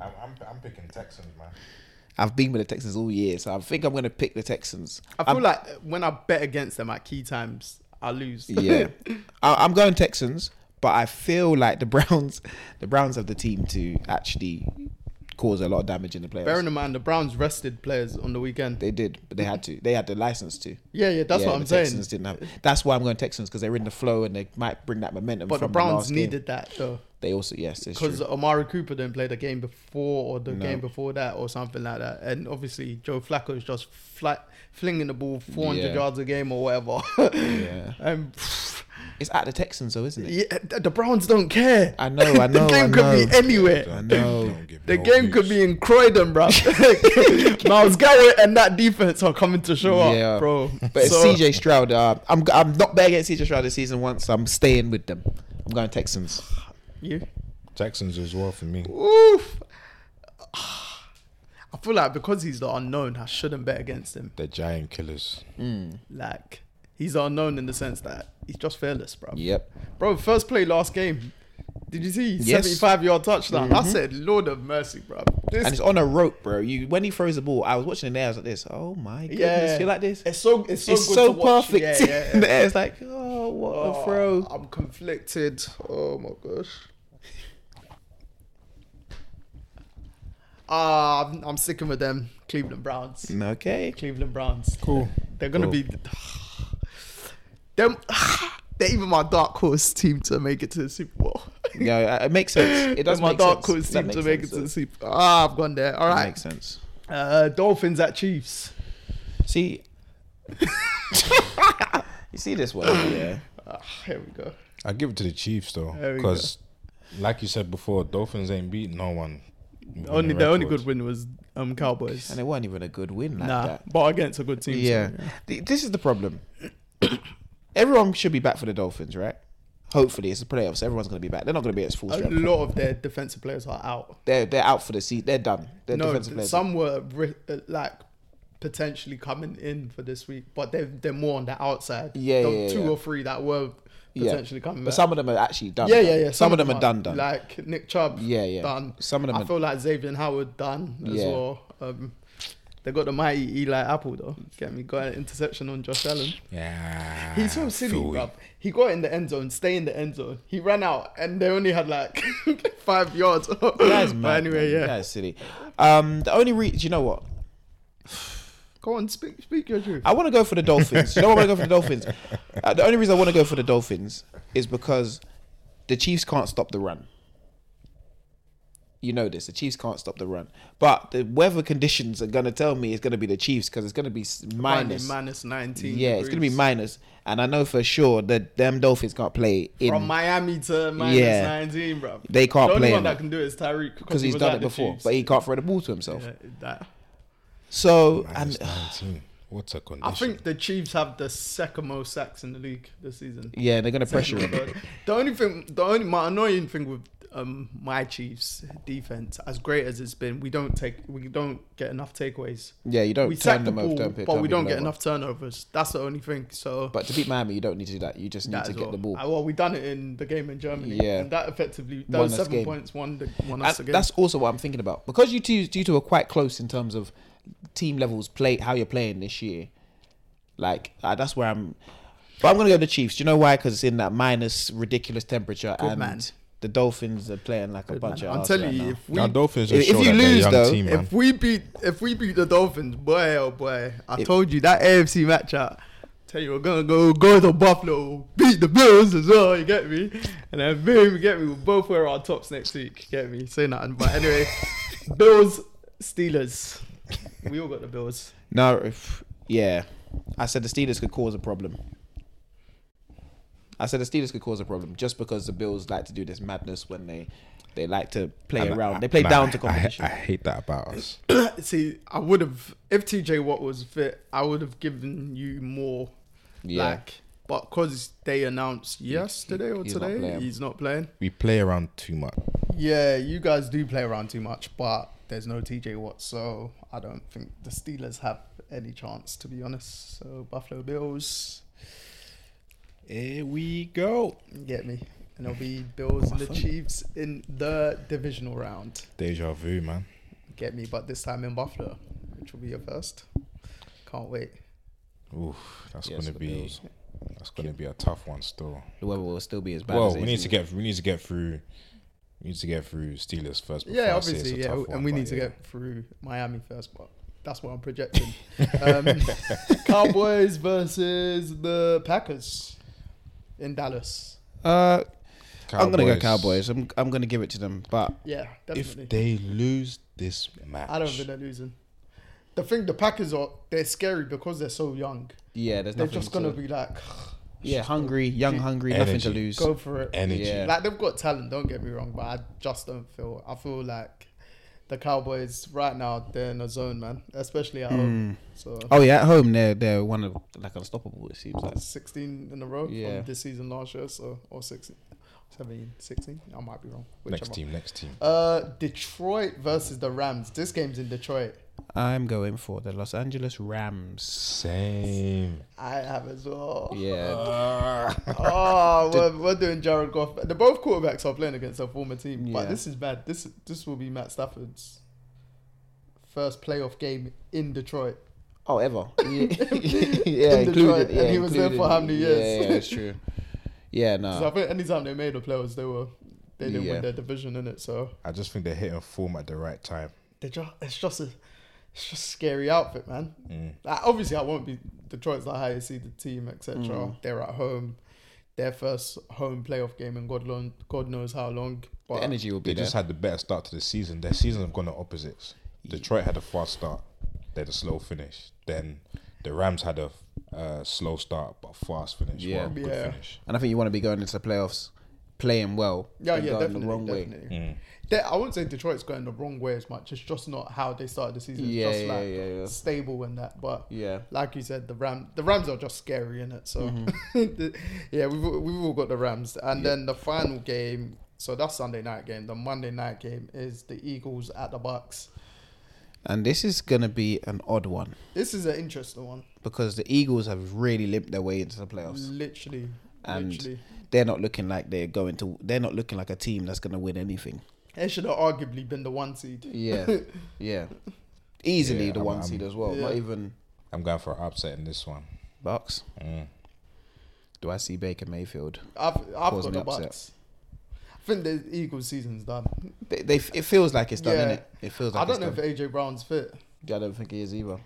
[SPEAKER 2] I'm, I'm, I'm picking Texans, man.
[SPEAKER 3] I've been with the Texans all year, so I think I'm going to pick the Texans.
[SPEAKER 1] I feel
[SPEAKER 3] I'm-
[SPEAKER 1] like when I bet against them at key times, I lose.
[SPEAKER 3] yeah, I, I'm going Texans, but I feel like the Browns, the Browns have the team to actually cause a lot of damage in the playoffs.
[SPEAKER 1] Bearing in mind the Browns rested players on the weekend.
[SPEAKER 3] they did, but they had to. They had the license to.
[SPEAKER 1] Yeah, yeah, that's
[SPEAKER 3] Yeah,
[SPEAKER 1] what
[SPEAKER 3] the
[SPEAKER 1] I'm saying.
[SPEAKER 3] Texans didn't have. That's why I'm going Texans because they're in the flow and they might bring that momentum.
[SPEAKER 1] But the
[SPEAKER 3] from
[SPEAKER 1] Browns
[SPEAKER 3] last game.
[SPEAKER 1] needed uh, that though,
[SPEAKER 3] They also yes, it's
[SPEAKER 1] because
[SPEAKER 3] true.
[SPEAKER 1] Amari Cooper didn't play the game before or the
[SPEAKER 3] No.
[SPEAKER 1] game before that or something like that, and obviously Joe Flacco's just flat flinging the ball 400
[SPEAKER 3] Yeah.
[SPEAKER 1] yards a game or whatever.
[SPEAKER 3] Yeah,
[SPEAKER 1] um,
[SPEAKER 3] it's at the Texans though, isn't it?
[SPEAKER 1] yeah, th- the Browns don't care.
[SPEAKER 3] I know, I
[SPEAKER 1] the
[SPEAKER 3] know,
[SPEAKER 1] game
[SPEAKER 3] I
[SPEAKER 1] could
[SPEAKER 3] know.
[SPEAKER 1] be anywhere.
[SPEAKER 3] I know.
[SPEAKER 1] The game could be in Croydon, bro. Miles Garrett and that defense are coming to show
[SPEAKER 3] Yeah.
[SPEAKER 1] up, bro.
[SPEAKER 3] But it's
[SPEAKER 1] So-
[SPEAKER 3] CJ Stroud. Uh, I'm I'm not betting against CJ Stroud this season once. so I'm staying with them. I'm going Texans.
[SPEAKER 1] you.
[SPEAKER 2] Texans as well for me.
[SPEAKER 1] Oof. I feel like because he's the unknown, I shouldn't bet against him.
[SPEAKER 2] They're giant killers.
[SPEAKER 1] Like he's the unknown in the sense that he's just fearless, bro.
[SPEAKER 3] Yep.
[SPEAKER 1] Bro, first play last game. Did you see
[SPEAKER 3] Yes. Mm-hmm.
[SPEAKER 1] 75 yard touchdown? I said, Lord of mercy, bro. This
[SPEAKER 3] And it's on a rope, bro. You when he throws the ball, I was watching it there. I was like this. Oh my goodness!
[SPEAKER 1] Yeah.
[SPEAKER 3] You're like this.
[SPEAKER 1] it's so it's so
[SPEAKER 3] it's
[SPEAKER 1] good
[SPEAKER 3] so
[SPEAKER 1] to watch.
[SPEAKER 3] perfect.
[SPEAKER 1] Yeah, yeah,
[SPEAKER 3] in
[SPEAKER 1] yeah.
[SPEAKER 3] the air. It's like, oh, what
[SPEAKER 1] Oh,
[SPEAKER 3] a throw.
[SPEAKER 1] I'm conflicted. Oh my gosh. Ah, I'm- I'm sticking with them, Cleveland Browns.
[SPEAKER 3] Okay.
[SPEAKER 1] Cleveland Browns.
[SPEAKER 2] Cool.
[SPEAKER 1] They're gonna
[SPEAKER 2] Cool.
[SPEAKER 1] be them. They're even my dark horse team to make it to the Super Bowl.
[SPEAKER 3] Yeah, it makes sense. It does
[SPEAKER 1] They're my
[SPEAKER 3] make
[SPEAKER 1] dark
[SPEAKER 3] sense.
[SPEAKER 1] horse
[SPEAKER 3] That
[SPEAKER 1] team to
[SPEAKER 3] makes
[SPEAKER 1] make it
[SPEAKER 3] sense,
[SPEAKER 1] to the
[SPEAKER 3] though.
[SPEAKER 1] Super. Ah, I've gone there. All
[SPEAKER 3] That
[SPEAKER 1] right.
[SPEAKER 3] Makes sense.
[SPEAKER 1] Uh, Dolphins at Chiefs.
[SPEAKER 3] See, you see this one, yeah.
[SPEAKER 1] Ah, here we go.
[SPEAKER 2] I give it to the Chiefs though,
[SPEAKER 1] There we
[SPEAKER 2] because like you said before, Dolphins ain't beat no one. with
[SPEAKER 1] Only
[SPEAKER 2] winning
[SPEAKER 1] the only
[SPEAKER 2] records.
[SPEAKER 1] good win was um Cowboys.
[SPEAKER 3] And it wasn't even a good win like
[SPEAKER 1] nah,
[SPEAKER 3] that.
[SPEAKER 1] but against a good team. so-
[SPEAKER 3] Yeah. Th- This is the problem. Everyone should be back for the Dolphins, right? Hopefully, it's the playoffs. Everyone's going to be back. They're not going to be at full
[SPEAKER 1] A
[SPEAKER 3] strength.
[SPEAKER 1] lot of their defensive players are out.
[SPEAKER 3] They're they're out for the season. They're done. They're
[SPEAKER 1] no,
[SPEAKER 3] defensive
[SPEAKER 1] th-
[SPEAKER 3] players.
[SPEAKER 1] some were ri- uh, like potentially coming in for this week, but they're they're more on the outside.
[SPEAKER 3] Yeah,
[SPEAKER 1] the
[SPEAKER 3] yeah,
[SPEAKER 1] two
[SPEAKER 3] yeah.
[SPEAKER 1] or three that were
[SPEAKER 3] Yeah.
[SPEAKER 1] potentially coming.
[SPEAKER 3] but
[SPEAKER 1] back.
[SPEAKER 3] some of them are actually done.
[SPEAKER 1] yeah,
[SPEAKER 3] done.
[SPEAKER 1] yeah, yeah.
[SPEAKER 3] Some, of them are done. Done.
[SPEAKER 1] Like Nick Chubb.
[SPEAKER 3] Yeah, yeah.
[SPEAKER 1] Done.
[SPEAKER 3] Some of them
[SPEAKER 1] I
[SPEAKER 3] are-
[SPEAKER 1] feel like Xavier and Howard done as
[SPEAKER 3] Yeah.
[SPEAKER 1] well. Um, they got the mighty Eli Apple though. Get me? Got an interception on Josh Allen.
[SPEAKER 2] Yeah.
[SPEAKER 1] He's so silly,
[SPEAKER 2] Ah, Philly.
[SPEAKER 1] bruv. He got in the end zone, stay in the end zone. He ran out, and they only had like five yards. but
[SPEAKER 3] That's mad.
[SPEAKER 1] anyway,
[SPEAKER 3] man.
[SPEAKER 1] yeah.
[SPEAKER 3] That is silly. Um, the only reason, you know what?
[SPEAKER 1] Go on, speak, speak your truth.
[SPEAKER 3] I want to go for the Dolphins. you know what I want to go for the Dolphins? Uh, the only reason I want to go for the Dolphins is because the Chiefs can't stop the run. You know this. The Chiefs can't stop the run. But the weather conditions are going to tell me it's going to be the Chiefs because it's going to be s-
[SPEAKER 1] Apparently
[SPEAKER 3] minus.
[SPEAKER 1] minus nineteen.
[SPEAKER 3] yeah, it's going to be
[SPEAKER 1] degrees.
[SPEAKER 3] minus. And I know for sure that them Dolphins can't play in.
[SPEAKER 1] From Miami to minus
[SPEAKER 3] Yeah.
[SPEAKER 1] nineteen, bro.
[SPEAKER 3] They can't
[SPEAKER 1] the only
[SPEAKER 3] play
[SPEAKER 1] one
[SPEAKER 3] in
[SPEAKER 1] that
[SPEAKER 3] it.
[SPEAKER 1] can do it is Tyreek
[SPEAKER 3] because he's done it before, but he can't throw the ball to himself.
[SPEAKER 1] that.
[SPEAKER 3] So,
[SPEAKER 2] Minus
[SPEAKER 3] and
[SPEAKER 2] 19. What a condition.
[SPEAKER 1] I think the Chiefs have the second most sacks in the league this season.
[SPEAKER 3] yeah, they're going to pressure him.
[SPEAKER 1] the only thing, the only my annoying thing with um my Chiefs defense, as great as it's been, we don't take, we don't get enough takeaways.
[SPEAKER 3] Yeah, you don't
[SPEAKER 1] we
[SPEAKER 3] turn
[SPEAKER 1] sack the
[SPEAKER 3] them over.
[SPEAKER 1] ball,
[SPEAKER 3] Don't,
[SPEAKER 1] but
[SPEAKER 3] turn
[SPEAKER 1] we don't
[SPEAKER 3] people
[SPEAKER 1] get
[SPEAKER 3] over.
[SPEAKER 1] enough turnovers. That's the only thing. So
[SPEAKER 3] But to beat Miami, you don't need to do that. You just need
[SPEAKER 1] that
[SPEAKER 3] to
[SPEAKER 1] as
[SPEAKER 3] get
[SPEAKER 1] well.
[SPEAKER 3] the ball.
[SPEAKER 1] Ah, well, we done it in the game in Germany.
[SPEAKER 3] Yeah.
[SPEAKER 1] and that effectively
[SPEAKER 3] Won
[SPEAKER 1] those
[SPEAKER 3] us
[SPEAKER 1] seven
[SPEAKER 3] game.
[SPEAKER 1] points won the won
[SPEAKER 3] And
[SPEAKER 1] us the game.
[SPEAKER 3] that's also what I'm thinking about because you two, you two are quite close in terms of team levels, play how you're playing this year. Like uh, that's where I'm. But I'm gonna go the Chiefs. Do you know why? Because it's in that minus ridiculous temperature,
[SPEAKER 1] Good
[SPEAKER 3] and
[SPEAKER 1] man.
[SPEAKER 3] the Dolphins are playing like a
[SPEAKER 1] Good
[SPEAKER 3] bunch
[SPEAKER 1] man.
[SPEAKER 3] of.
[SPEAKER 1] I'm
[SPEAKER 3] arse
[SPEAKER 1] telling
[SPEAKER 3] right
[SPEAKER 1] you,
[SPEAKER 3] now.
[SPEAKER 1] if we
[SPEAKER 2] now Dolphins will
[SPEAKER 3] if- if
[SPEAKER 2] show
[SPEAKER 3] you
[SPEAKER 2] that
[SPEAKER 3] lose,
[SPEAKER 2] they're a
[SPEAKER 3] though,
[SPEAKER 2] young team, man.
[SPEAKER 1] If we beat if we beat the Dolphins, boy oh boy, I told you that AFC matchup Tell you, we're gonna go go to Buffalo, beat the Bills as well. You get me? And then boom, you get me. We'll both wear our tops next week. You get me? Say nothing. But anyway, Bills, Steelers. We all got the Bills.
[SPEAKER 3] No, if, yeah. I said the Steelers could cause a problem. I said the Steelers could cause a problem just because the Bills like to do this madness when they they like to play
[SPEAKER 2] And I-
[SPEAKER 3] around.
[SPEAKER 2] I-
[SPEAKER 3] they play
[SPEAKER 2] and I-
[SPEAKER 3] down to
[SPEAKER 2] I-
[SPEAKER 3] competition.
[SPEAKER 2] I, hate that about us.
[SPEAKER 1] See, I would have if TJ Watt was fit, I would have given you more.
[SPEAKER 3] Yeah.
[SPEAKER 1] Like, but because they announced yesterday or
[SPEAKER 3] he's not
[SPEAKER 1] today,
[SPEAKER 3] playing.
[SPEAKER 1] he's not playing.
[SPEAKER 2] We play around too much.
[SPEAKER 1] Yeah, you guys do play around too much, but there's no TJ Watt, so I don't think the Steelers have any chance, to be honest. So Buffalo Bills,
[SPEAKER 2] Here we go.
[SPEAKER 1] get me, and it'll be Bills and the Chiefs in the divisional round,
[SPEAKER 2] Deja vu, man.
[SPEAKER 1] get me, but this time in Buffalo, which will be your first. Can't wait.
[SPEAKER 2] Oof, that's
[SPEAKER 3] Yes,
[SPEAKER 2] gonna
[SPEAKER 3] the
[SPEAKER 2] be
[SPEAKER 3] Bills.
[SPEAKER 2] that's gonna be a tough one still.
[SPEAKER 3] The weather will still be as bad.
[SPEAKER 2] Well,
[SPEAKER 3] as it
[SPEAKER 2] we need
[SPEAKER 3] is.
[SPEAKER 2] to get we need to get through. We need to get through Steelers first. before
[SPEAKER 1] Yeah,
[SPEAKER 2] I say it's
[SPEAKER 1] obviously,
[SPEAKER 2] a
[SPEAKER 1] yeah,
[SPEAKER 2] tough
[SPEAKER 1] and
[SPEAKER 2] one,
[SPEAKER 1] we
[SPEAKER 2] but
[SPEAKER 1] need to
[SPEAKER 2] yeah.
[SPEAKER 1] get through Miami first, but that's what I'm projecting. um, Cowboys versus the Packers in Dallas.
[SPEAKER 3] Uh, I'm gonna go Cowboys. I'm I'm gonna give it to them, but
[SPEAKER 1] Yeah, definitely.
[SPEAKER 2] If they lose this match,
[SPEAKER 1] I don't think they're losing. The thing, the Packers are they're scary because they're so young.
[SPEAKER 3] yeah, there's
[SPEAKER 1] They're
[SPEAKER 3] nothing.
[SPEAKER 1] just gonna
[SPEAKER 3] to,
[SPEAKER 1] be like,
[SPEAKER 3] yeah, hungry, young, hungry, nothing to
[SPEAKER 2] Energy.
[SPEAKER 3] lose.
[SPEAKER 1] go for it.
[SPEAKER 2] energy.
[SPEAKER 3] Yeah.
[SPEAKER 1] Like they've got talent. Don't get me wrong, but I just don't feel. I feel like the Cowboys right now they're in a zone, man. Especially at home.
[SPEAKER 2] Hmm.
[SPEAKER 1] So
[SPEAKER 3] Oh yeah, at home they're they're one of like unstoppable. It seems like.
[SPEAKER 1] that's 16 in a row
[SPEAKER 3] Yeah.
[SPEAKER 1] from this season last year. So or 16, 17, 16. I might be wrong.
[SPEAKER 2] Next
[SPEAKER 1] Whichever.
[SPEAKER 2] team, next team.
[SPEAKER 1] Uh, Detroit versus the Rams. This game's in Detroit.
[SPEAKER 3] I'm going for the Los Angeles Rams.
[SPEAKER 2] Same.
[SPEAKER 1] I have as well.
[SPEAKER 3] Yeah,
[SPEAKER 1] oh, we're, we're doing Jared Goff. They're both quarterbacks are playing against their former team,
[SPEAKER 3] Yeah.
[SPEAKER 1] but this is bad. This this will be Matt Stafford's first playoff game in Detroit.
[SPEAKER 3] Oh, ever. Yeah,
[SPEAKER 1] In Detroit, and he was there for how many years?
[SPEAKER 3] Yeah, yeah, it's true. Yeah, no.
[SPEAKER 1] 'Cause I think anytime they made the playoffs, they were they didn't
[SPEAKER 3] Ah. Yeah.
[SPEAKER 1] win their division in it. So
[SPEAKER 2] I just think they're hitting form at the right time.
[SPEAKER 1] they just it's just a it's just scary outfit, man.
[SPEAKER 2] Mm.
[SPEAKER 1] Like, obviously, I won't be Detroit's the highest seeded team, etc.
[SPEAKER 3] Mm.
[SPEAKER 1] They're at home, their first home playoff game in God, long, God knows how long.
[SPEAKER 3] the
[SPEAKER 1] But
[SPEAKER 3] energy will be
[SPEAKER 2] They
[SPEAKER 3] there.
[SPEAKER 2] just had the better start to the season. Their seasons have gone at opposites. Detroit had a fast start, then a slow finish. Then the Rams had a uh, slow start but fast finish.
[SPEAKER 3] Yeah.
[SPEAKER 2] well, good
[SPEAKER 1] Yeah.
[SPEAKER 2] finish.
[SPEAKER 3] and I think you want to be going into the playoffs playing well.
[SPEAKER 1] yeah,
[SPEAKER 3] and
[SPEAKER 1] yeah,
[SPEAKER 3] going
[SPEAKER 1] definitely,
[SPEAKER 3] the wrong way.
[SPEAKER 1] definitely. They- I wouldn't say Detroit's going the wrong way as much. It's just not how they started the season. It's
[SPEAKER 3] Yeah,
[SPEAKER 1] just
[SPEAKER 3] yeah,
[SPEAKER 1] like
[SPEAKER 3] yeah, yeah.
[SPEAKER 1] stable and that. But
[SPEAKER 3] Yeah.
[SPEAKER 1] like you said, the Ram the Rams are just scary in it. So
[SPEAKER 3] Mm-hmm.
[SPEAKER 1] the- yeah, we've all- we've all got the Rams, and then the final game. So that's Sunday night game. The Monday night game is the Eagles at the Bucks.
[SPEAKER 3] And this is gonna be an odd one
[SPEAKER 1] This is an interesting one.
[SPEAKER 3] because the Eagles have really limped their way into the
[SPEAKER 1] Mm.
[SPEAKER 3] playoffs.
[SPEAKER 1] Literally,
[SPEAKER 3] And-
[SPEAKER 1] literally,
[SPEAKER 3] They're not looking like they're going to. They're not looking like a team that's gonna win anything.
[SPEAKER 1] it should have arguably been the one seed.
[SPEAKER 3] Yeah, yeah. Easily
[SPEAKER 2] Yeah,
[SPEAKER 3] the
[SPEAKER 2] I'm-
[SPEAKER 3] one
[SPEAKER 2] I'm-
[SPEAKER 3] seed as well.
[SPEAKER 1] Yeah.
[SPEAKER 3] Not even
[SPEAKER 2] I'm going for an upset in this one.
[SPEAKER 3] Bucks.
[SPEAKER 2] Mm.
[SPEAKER 3] Do I see Baker Mayfield?
[SPEAKER 1] I've I've
[SPEAKER 3] Cause
[SPEAKER 1] got
[SPEAKER 3] an
[SPEAKER 1] the
[SPEAKER 3] upset.
[SPEAKER 1] Bucks. I think the Eagles season's done.
[SPEAKER 3] They, they it feels like it's done.
[SPEAKER 1] Yeah.
[SPEAKER 3] Innit? It feels like
[SPEAKER 1] I don't
[SPEAKER 3] it's
[SPEAKER 1] know
[SPEAKER 3] done.
[SPEAKER 1] if AJ Brown's fit.
[SPEAKER 3] I don't think he is either.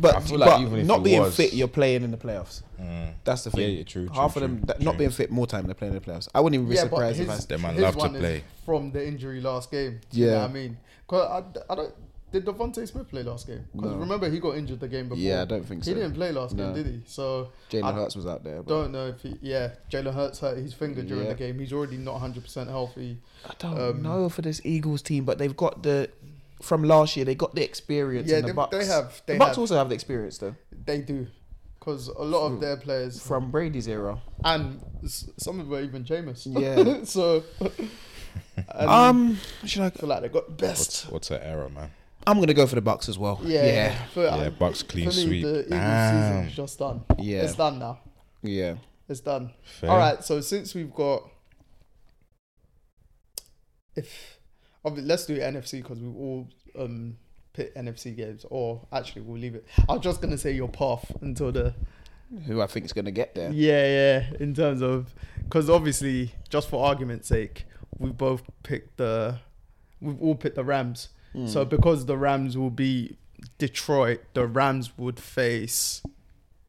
[SPEAKER 3] But,
[SPEAKER 2] I feel like
[SPEAKER 3] but
[SPEAKER 2] even if
[SPEAKER 3] not
[SPEAKER 2] he
[SPEAKER 3] being
[SPEAKER 2] was-
[SPEAKER 3] fit, you're playing in the playoffs.
[SPEAKER 2] Mm.
[SPEAKER 3] That's the
[SPEAKER 2] Yeah,
[SPEAKER 3] thing.
[SPEAKER 2] yeah, true, true,
[SPEAKER 3] Half
[SPEAKER 2] true,
[SPEAKER 3] of them that-
[SPEAKER 2] true.
[SPEAKER 3] not being fit, more time they're playing in the playoffs. I wouldn't even be surprised if I.
[SPEAKER 1] his-
[SPEAKER 2] Them man
[SPEAKER 1] his
[SPEAKER 2] love to
[SPEAKER 1] one is
[SPEAKER 2] play.
[SPEAKER 1] from the injury last game. Do you know
[SPEAKER 3] Yeah.
[SPEAKER 1] what I mean, 'Cause I, I don't. Did Devontae Smith play last game? Because
[SPEAKER 3] No.
[SPEAKER 1] remember he got injured the game before.
[SPEAKER 3] Yeah, I don't think
[SPEAKER 1] He
[SPEAKER 3] so.
[SPEAKER 1] didn't play last
[SPEAKER 3] No.
[SPEAKER 1] game, did he? So
[SPEAKER 3] Jalen
[SPEAKER 1] I
[SPEAKER 3] Hurts was out there. But
[SPEAKER 1] don't know if he. Yeah, Jalen Hurts hurt his finger during
[SPEAKER 3] Yeah.
[SPEAKER 1] the game. He's already not 100 percent healthy.
[SPEAKER 3] I don't
[SPEAKER 1] um,
[SPEAKER 3] know for this Eagles team, but they've got the from last year. They got the experience.
[SPEAKER 1] Yeah,
[SPEAKER 3] in the
[SPEAKER 1] they-
[SPEAKER 3] Bucks.
[SPEAKER 1] they have- they
[SPEAKER 3] the Bucks
[SPEAKER 1] have.
[SPEAKER 3] also have the experience though
[SPEAKER 1] They do, because a lot of their players
[SPEAKER 3] from Brady's era.
[SPEAKER 1] and s- some of them are even Jameis.
[SPEAKER 3] Yeah.
[SPEAKER 1] so. and
[SPEAKER 3] Um, should I?
[SPEAKER 1] I feel like they got
[SPEAKER 2] What's
[SPEAKER 1] best.
[SPEAKER 2] what's an error, man?
[SPEAKER 3] I'm gonna go for the Bucks as well.
[SPEAKER 1] Yeah,
[SPEAKER 3] yeah,
[SPEAKER 1] For,
[SPEAKER 2] Yeah, Bucks clean
[SPEAKER 1] for me,
[SPEAKER 2] sweep.
[SPEAKER 1] The Eagles
[SPEAKER 2] Damn.
[SPEAKER 1] season's just done.
[SPEAKER 3] Yeah.
[SPEAKER 1] it's done now.
[SPEAKER 3] yeah.
[SPEAKER 1] It's done.
[SPEAKER 2] Fair.
[SPEAKER 1] All right. So since we've got, if obvi- let's do NFC because we've all um pit NFC games, or actually we'll leave it. I was just gonna say your path until the
[SPEAKER 3] Who I think is gonna get
[SPEAKER 1] yeah
[SPEAKER 3] there?
[SPEAKER 1] yeah, in terms of because obviously just for argument's sake we both picked the we've all picked the Rams.
[SPEAKER 3] Hmm.
[SPEAKER 1] So because the Rams will be Detroit, the Rams would face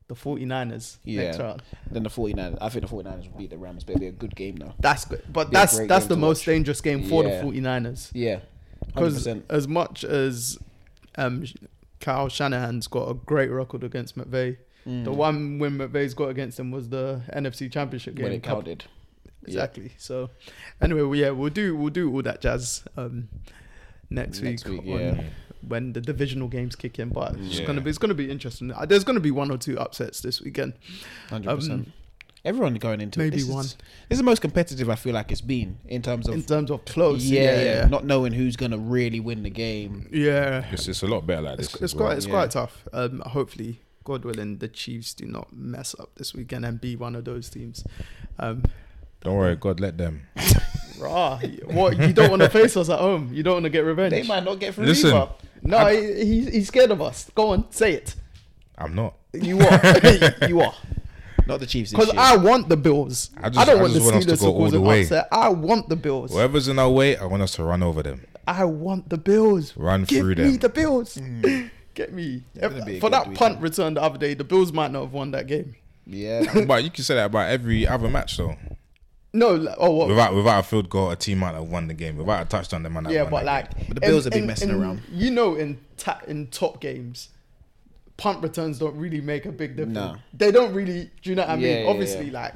[SPEAKER 1] the 49ers next
[SPEAKER 3] Yeah.
[SPEAKER 1] round.
[SPEAKER 3] Then the 49ers. I think the 49ers will beat the Rams, but it'll be a good game now.
[SPEAKER 1] That's good. But
[SPEAKER 3] Be a
[SPEAKER 1] that's
[SPEAKER 3] great
[SPEAKER 1] that's
[SPEAKER 3] game
[SPEAKER 1] the
[SPEAKER 3] to
[SPEAKER 1] most
[SPEAKER 3] watch.
[SPEAKER 1] dangerous game for
[SPEAKER 3] Yeah.
[SPEAKER 1] the 49ers.
[SPEAKER 3] Yeah.
[SPEAKER 1] Because
[SPEAKER 3] 100%.
[SPEAKER 1] as much as um, Sh- Kyle Shanahan's got a great record against McVay, the
[SPEAKER 3] Hmm.
[SPEAKER 1] one win McVay's got against him was the NFC Championship game.
[SPEAKER 3] When it counted.
[SPEAKER 1] Exactly. So, anyway, well, yeah, we'll do we'll do all that jazz um, next,
[SPEAKER 3] Next
[SPEAKER 1] week,
[SPEAKER 3] week,
[SPEAKER 1] on-
[SPEAKER 3] yeah.
[SPEAKER 1] when the divisional games kick in. But it's
[SPEAKER 2] Yeah.
[SPEAKER 1] gonna be it's gonna be interesting. Uh, There's gonna be one or two upsets this weekend.
[SPEAKER 3] 100%.
[SPEAKER 1] Um,
[SPEAKER 3] Everyone going into
[SPEAKER 1] maybe
[SPEAKER 3] this is-
[SPEAKER 1] one.
[SPEAKER 3] this is the most competitive I feel like it's been in terms of
[SPEAKER 1] in terms of close.
[SPEAKER 3] yeah, yeah,
[SPEAKER 1] yeah.
[SPEAKER 3] not knowing who's gonna really win the game.
[SPEAKER 1] yeah.
[SPEAKER 2] It's, it's a lot better like
[SPEAKER 1] It's,
[SPEAKER 2] this.
[SPEAKER 1] it's
[SPEAKER 2] as well.
[SPEAKER 1] quite it's
[SPEAKER 3] yeah.
[SPEAKER 1] quite tough. Um, hopefully, God willing, the Chiefs do not mess up this weekend and be one of those teams. Um,
[SPEAKER 2] Don't worry, God let them.
[SPEAKER 1] rah, what you don't want to face us at home. You don't want to get revenge.
[SPEAKER 3] They might not get through
[SPEAKER 2] Listen.
[SPEAKER 3] either.
[SPEAKER 1] no, he, he, he's scared of us. Go on, say it.
[SPEAKER 2] I'm not.
[SPEAKER 1] You are. you are.
[SPEAKER 3] Not the Chiefs.
[SPEAKER 1] Because
[SPEAKER 3] Because
[SPEAKER 1] I want the Bills. I,
[SPEAKER 2] I just-
[SPEAKER 1] don't
[SPEAKER 2] I
[SPEAKER 1] want the
[SPEAKER 2] just want us to
[SPEAKER 1] Steelers to
[SPEAKER 2] go all
[SPEAKER 1] cause
[SPEAKER 2] the
[SPEAKER 1] an
[SPEAKER 2] way.
[SPEAKER 1] upset. I want the Bills.
[SPEAKER 2] Whoever's in our way, I want us to run over them.
[SPEAKER 1] I want the Bills.
[SPEAKER 2] Run
[SPEAKER 1] Give me
[SPEAKER 2] through them. Hmm.
[SPEAKER 1] the Bills. Get me.
[SPEAKER 3] gonna be a
[SPEAKER 1] For
[SPEAKER 3] good
[SPEAKER 1] that
[SPEAKER 3] weekend.
[SPEAKER 1] punt return the other day, the Bills might not have won that game.
[SPEAKER 3] yeah,
[SPEAKER 2] but you can say that about every other match though.
[SPEAKER 1] No, like- oh, what?
[SPEAKER 2] Without without a field goal, a team might have won the game. Without a touchdown, they might have
[SPEAKER 1] Yeah,
[SPEAKER 2] won
[SPEAKER 1] but
[SPEAKER 2] that
[SPEAKER 1] like
[SPEAKER 2] game.
[SPEAKER 3] But the Bills have been messing
[SPEAKER 1] in-
[SPEAKER 3] around.
[SPEAKER 1] You know, in ta- in top games, punt returns don't really make a big difference.
[SPEAKER 3] No.
[SPEAKER 1] They don't really. Do you know what I mean?
[SPEAKER 3] Yeah, yeah,
[SPEAKER 1] Obviously,
[SPEAKER 3] yeah.
[SPEAKER 1] like,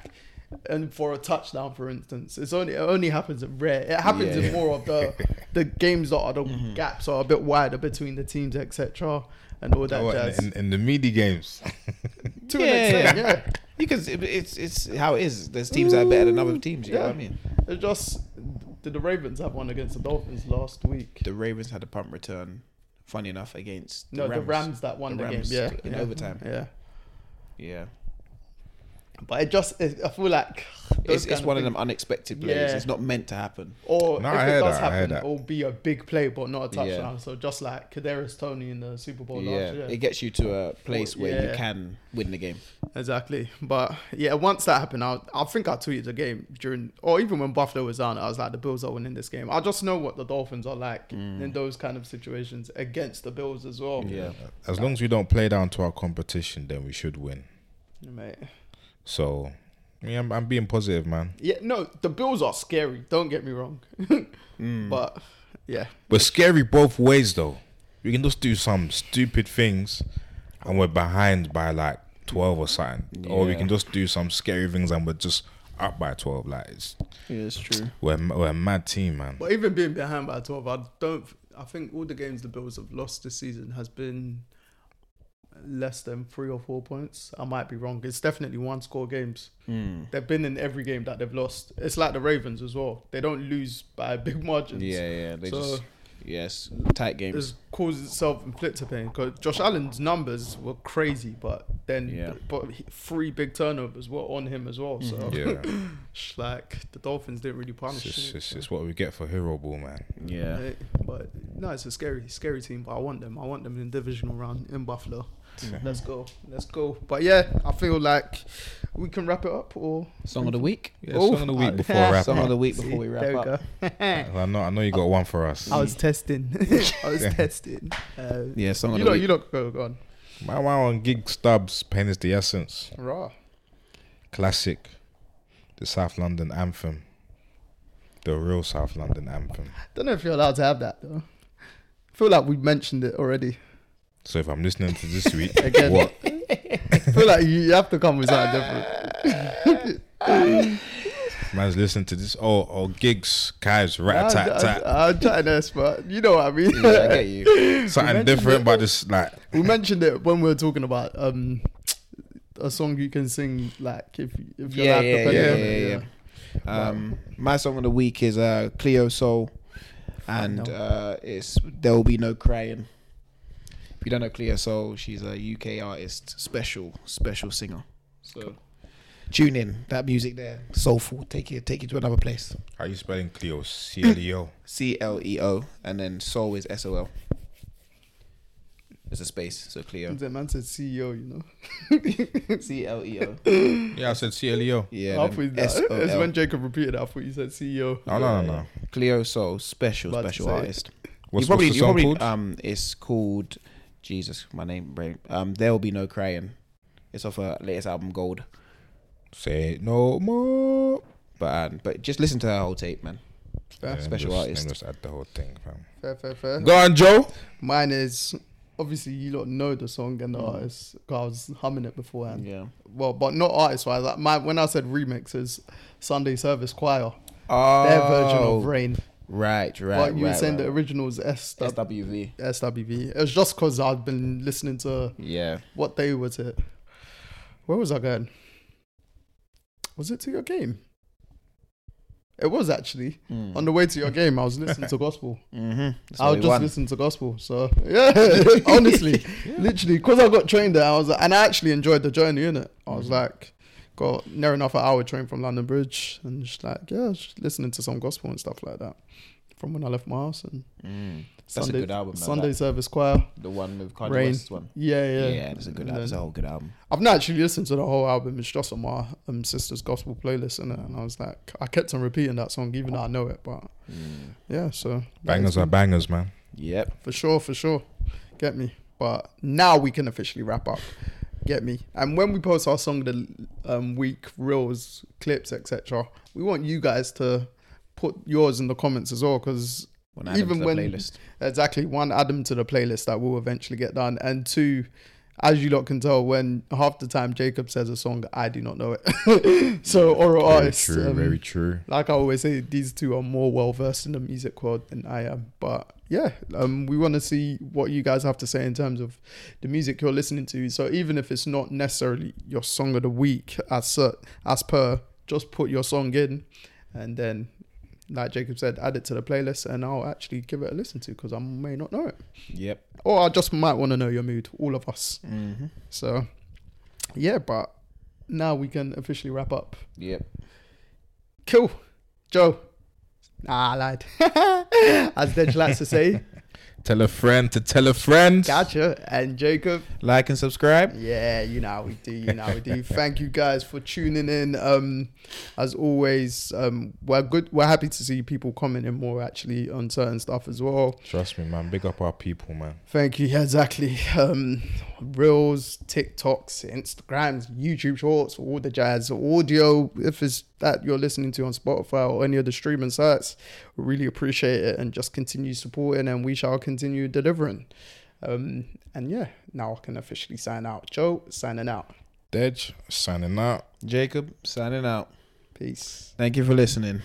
[SPEAKER 1] and for a touchdown, for instance, it's only it only happens in rare. It happens
[SPEAKER 3] Yeah. Mm-hmm.
[SPEAKER 1] in more of the the games that are the gaps are a bit wider between the teams, etc. And all that
[SPEAKER 2] Oh, in,
[SPEAKER 1] jazz.
[SPEAKER 2] in, in the meaty games.
[SPEAKER 1] to an extent, yeah.
[SPEAKER 3] Because it, it's it's how it is. There's teams that are better than other teams. You know what I mean?
[SPEAKER 1] It just did the Ravens have one against the Dolphins last week?
[SPEAKER 3] The Ravens had a punt return. Funny enough, against
[SPEAKER 1] no, the Rams that won the,
[SPEAKER 3] The Rams
[SPEAKER 1] game. Yeah,
[SPEAKER 3] in
[SPEAKER 1] yeah.
[SPEAKER 3] overtime.
[SPEAKER 1] Yeah.
[SPEAKER 3] Yeah,
[SPEAKER 1] But it just, it, I feel like
[SPEAKER 3] it's,
[SPEAKER 1] those
[SPEAKER 3] it's
[SPEAKER 1] kind
[SPEAKER 3] one of
[SPEAKER 1] things-
[SPEAKER 3] them unexpected plays.
[SPEAKER 1] Yeah.
[SPEAKER 3] It's not meant to happen.
[SPEAKER 1] Or
[SPEAKER 2] No,
[SPEAKER 1] if
[SPEAKER 2] I
[SPEAKER 1] it
[SPEAKER 2] heard
[SPEAKER 1] does
[SPEAKER 2] that, I heard
[SPEAKER 1] happen,
[SPEAKER 2] that.
[SPEAKER 1] it'll be a big play, but not a
[SPEAKER 3] Yeah.
[SPEAKER 1] touchdown. So just like Kadarius Tony in the Super Bowl
[SPEAKER 3] yeah,
[SPEAKER 1] last year,
[SPEAKER 3] it gets you to a place where
[SPEAKER 1] Yeah.
[SPEAKER 3] you can win the game.
[SPEAKER 1] exactly. But yeah, once that happened, I, I think I tweeted the game during, or even when Buffalo was on, I was like, the Bills are winning this game. I just know what the Dolphins are like in those kind of situations against the Bills as well.
[SPEAKER 3] Mm. Yeah,
[SPEAKER 2] As long as we don't play down to our competition, then we should win.
[SPEAKER 1] mate.
[SPEAKER 2] So, yeah, I'm, I'm being positive, man.
[SPEAKER 1] Yeah, no, the Bills are scary. Don't get me wrong,
[SPEAKER 3] Mm.
[SPEAKER 1] but yeah,
[SPEAKER 2] We're scary both ways, though. We can just do some stupid things, and we're behind by like twelve or something, or we
[SPEAKER 3] Yeah.
[SPEAKER 2] can just do some scary things, and we're just up by twelve. Like it's,
[SPEAKER 3] yeah, it's true.
[SPEAKER 2] we're we're a mad team, man.
[SPEAKER 1] But even being behind by 12, I don't. I think all the games the Bills have lost this season has been less than three or four points. I might be wrong. It's definitely one score games. They've been in every game that they've lost. It's like the Ravens as well. They don't lose by big margins.
[SPEAKER 3] Yeah, yeah, they
[SPEAKER 1] So-
[SPEAKER 3] just yes, tight games.
[SPEAKER 1] It's causes itself inflicted pain because Josh Allen's numbers were crazy, but then
[SPEAKER 3] Yeah.
[SPEAKER 1] but he- three big turnovers were on him as well. So
[SPEAKER 2] Mm-hmm. Yeah,
[SPEAKER 1] like the Dolphins didn't really
[SPEAKER 2] it's,
[SPEAKER 1] punish.
[SPEAKER 2] just,
[SPEAKER 1] him.
[SPEAKER 2] it's just what we get for hero ball, man.
[SPEAKER 3] Yeah,
[SPEAKER 1] Uh, But no, it's a scary, scary team. But I want them. I want them in divisional round in Buffalo. Let's go. Let's go. But yeah, I feel like we can wrap it up. Or
[SPEAKER 3] song of the week.
[SPEAKER 2] Yeah, song of the week before wrap
[SPEAKER 3] Song of
[SPEAKER 2] up.
[SPEAKER 3] the week before we wrap
[SPEAKER 1] there
[SPEAKER 3] up.
[SPEAKER 1] we go.
[SPEAKER 2] I know, I know you got one for us.
[SPEAKER 1] I was testing. I was testing. Uh,
[SPEAKER 3] Yeah, song of
[SPEAKER 1] you
[SPEAKER 3] the
[SPEAKER 1] know,
[SPEAKER 3] week.
[SPEAKER 1] you look go, go on.
[SPEAKER 2] My one on gig stubs, pain is the essence,
[SPEAKER 1] Raw.
[SPEAKER 2] classic, the South London anthem, the real South London anthem.
[SPEAKER 1] Don't know if you're allowed to have that though. Feel like we mentioned it already.
[SPEAKER 2] So if I'm listening to this week,
[SPEAKER 1] Again.
[SPEAKER 2] what?
[SPEAKER 1] Feel like you, you have to come with something different.
[SPEAKER 2] Man's listening to this. Oh, oh, gigs, guys, rat
[SPEAKER 1] I'm,
[SPEAKER 2] tat tat.
[SPEAKER 1] I'm- I'm trying this, but you know what I mean.
[SPEAKER 3] Yeah, I get you.
[SPEAKER 2] Something different, but just like
[SPEAKER 1] we mentioned it when we were talking about um a song you can sing like if if you're
[SPEAKER 3] yeah,
[SPEAKER 1] like
[SPEAKER 3] yeah, yeah,
[SPEAKER 1] depending
[SPEAKER 3] yeah,
[SPEAKER 1] on
[SPEAKER 3] yeah,
[SPEAKER 1] it,
[SPEAKER 3] yeah. Um, my song of the week is uh, Cleo Soul, and
[SPEAKER 1] no.
[SPEAKER 3] uh, it's There Will Be No Crying. If you don't know Cleo Soul, she's a UK artist, special, special singer. So tune in. That music there, soulful. Take you, take you to another place.
[SPEAKER 2] how you spelling Cleo? C L E O.
[SPEAKER 3] C L E O, and then Soul is S O L. It's a space, so Cleo.
[SPEAKER 1] The man said CEO, E you know.
[SPEAKER 3] C L E O.
[SPEAKER 2] Yeah, I said C L E O.
[SPEAKER 3] Yeah.
[SPEAKER 1] Halfway
[SPEAKER 3] then
[SPEAKER 1] that- It's
[SPEAKER 3] S-O-L.
[SPEAKER 1] when Jacob repeated it, I thought you said E CEO.
[SPEAKER 2] Oh no, no, no.
[SPEAKER 3] Cleo Soul, special,
[SPEAKER 1] About to
[SPEAKER 3] special
[SPEAKER 1] say.
[SPEAKER 3] artist.
[SPEAKER 2] What's,
[SPEAKER 3] you probably, uh,
[SPEAKER 2] what's the
[SPEAKER 3] you
[SPEAKER 2] song
[SPEAKER 3] probably
[SPEAKER 2] called?
[SPEAKER 3] um, it's called Jesus. My name, brain. Um, there will be no crying. It's off her latest album, Gold.
[SPEAKER 2] Say no more.
[SPEAKER 3] But um, but just listen to her whole tape, man.
[SPEAKER 1] Fair.
[SPEAKER 3] Special
[SPEAKER 2] just,
[SPEAKER 3] artist.
[SPEAKER 2] Then just add the whole thing, fam.
[SPEAKER 1] Fair, fair, fair.
[SPEAKER 2] Go on, Joe.
[SPEAKER 1] Mine is obviously you lot know the song and the artist. 'cause I was humming it beforehand.
[SPEAKER 3] Mm. Yeah.
[SPEAKER 1] Well, but not artist wise. Like my when I said remixes, Sunday Service Choir,
[SPEAKER 3] Oh,
[SPEAKER 1] their version of Rain.
[SPEAKER 3] Right, right.
[SPEAKER 1] But you were
[SPEAKER 3] right,
[SPEAKER 1] saying
[SPEAKER 3] right,
[SPEAKER 1] the originals SW,
[SPEAKER 3] right. SWV.
[SPEAKER 1] SWV. It was E. just because I've been listening to
[SPEAKER 3] Yeah.
[SPEAKER 1] what day was it? Where was I going? Was it to your game? It was actually
[SPEAKER 3] Hmm.
[SPEAKER 1] on the way to your game. I was listening to gospel.
[SPEAKER 3] Mm-hmm.
[SPEAKER 1] I would just listen to gospel. So yeah, honestly, literally, because I got trained there, I was and I actually enjoyed the journey in it. I was
[SPEAKER 3] Hmm.
[SPEAKER 1] like, got near enough an hour train from London Bridge, and just like yeah, just listening to some gospel and stuff like that from when I left my house and
[SPEAKER 3] Mm. That's
[SPEAKER 1] Sunday
[SPEAKER 3] a good album. man,
[SPEAKER 1] Sunday
[SPEAKER 3] that-
[SPEAKER 1] service choir.
[SPEAKER 3] the one with Kanye
[SPEAKER 1] Rain.
[SPEAKER 3] West's one.
[SPEAKER 1] Yeah, yeah,
[SPEAKER 3] Yeah, that's a good.
[SPEAKER 1] And
[SPEAKER 3] That's a
[SPEAKER 1] then-
[SPEAKER 3] whole good album.
[SPEAKER 1] I've not actually listened to the whole album. It's just on my um, sister's gospel playlist, innit? and I was like, I kept on repeating that song, even though I know it. But
[SPEAKER 3] Mm.
[SPEAKER 1] yeah, so
[SPEAKER 2] Bangers are bangers, man.
[SPEAKER 3] Yep.
[SPEAKER 1] for sure, for sure. Get me. But now we can officially wrap up. Get me. And when we post our song of the um, week, reels, clips, etc., we want you guys to put yours in the comments as well, because
[SPEAKER 3] Wanna add them to the playlist.
[SPEAKER 1] exactly one, add them to the playlist that will eventually get done, and two. As you lot can tell, when half the time Jacob says a song, I do not know it. so oral artists,
[SPEAKER 2] true,
[SPEAKER 1] um,
[SPEAKER 2] very true.
[SPEAKER 1] like I always say, these two are more well versed in the music world than I am. But yeah, um, we want to see what you guys have to say in terms of the music you're listening to. So even if it's not necessarily your song of the week, as cer- as per, just put your song in, and then, like Jacob said, add it to the playlist, and I'll actually give it a listen to because I may not know it,
[SPEAKER 3] Yep.
[SPEAKER 1] or I just might want to know your mood. All of us.
[SPEAKER 3] Mm-hmm.
[SPEAKER 1] So, yeah, but now we can officially wrap up.
[SPEAKER 3] Yep.
[SPEAKER 1] Cool. Joe. Nah, I lied. As Dej likes to say.
[SPEAKER 2] Tell a friend to tell a friend.
[SPEAKER 1] Gotcha. And Jacob.
[SPEAKER 3] Like and subscribe.
[SPEAKER 1] Yeah, you know how we do. You know how we do. Thank you guys for tuning in. Um, as always, um, we're good. We're happy to see people commenting more actually on certain stuff as well.
[SPEAKER 2] Trust me, man. Big up our people, man.
[SPEAKER 1] Thank you. Yeah, exactly. Um, reels, TikToks, Instagrams, YouTube Shorts, all the jazz, audio. If it's that you're listening to on Spotify or any of the streaming sites, we really appreciate it and just continue supporting, and we shall continue delivering. Um, and yeah, now I can officially sign out. Joe, signing out.
[SPEAKER 2] Dej, signing out.
[SPEAKER 3] Jacob signing out.
[SPEAKER 1] Peace.
[SPEAKER 3] Thank you for listening.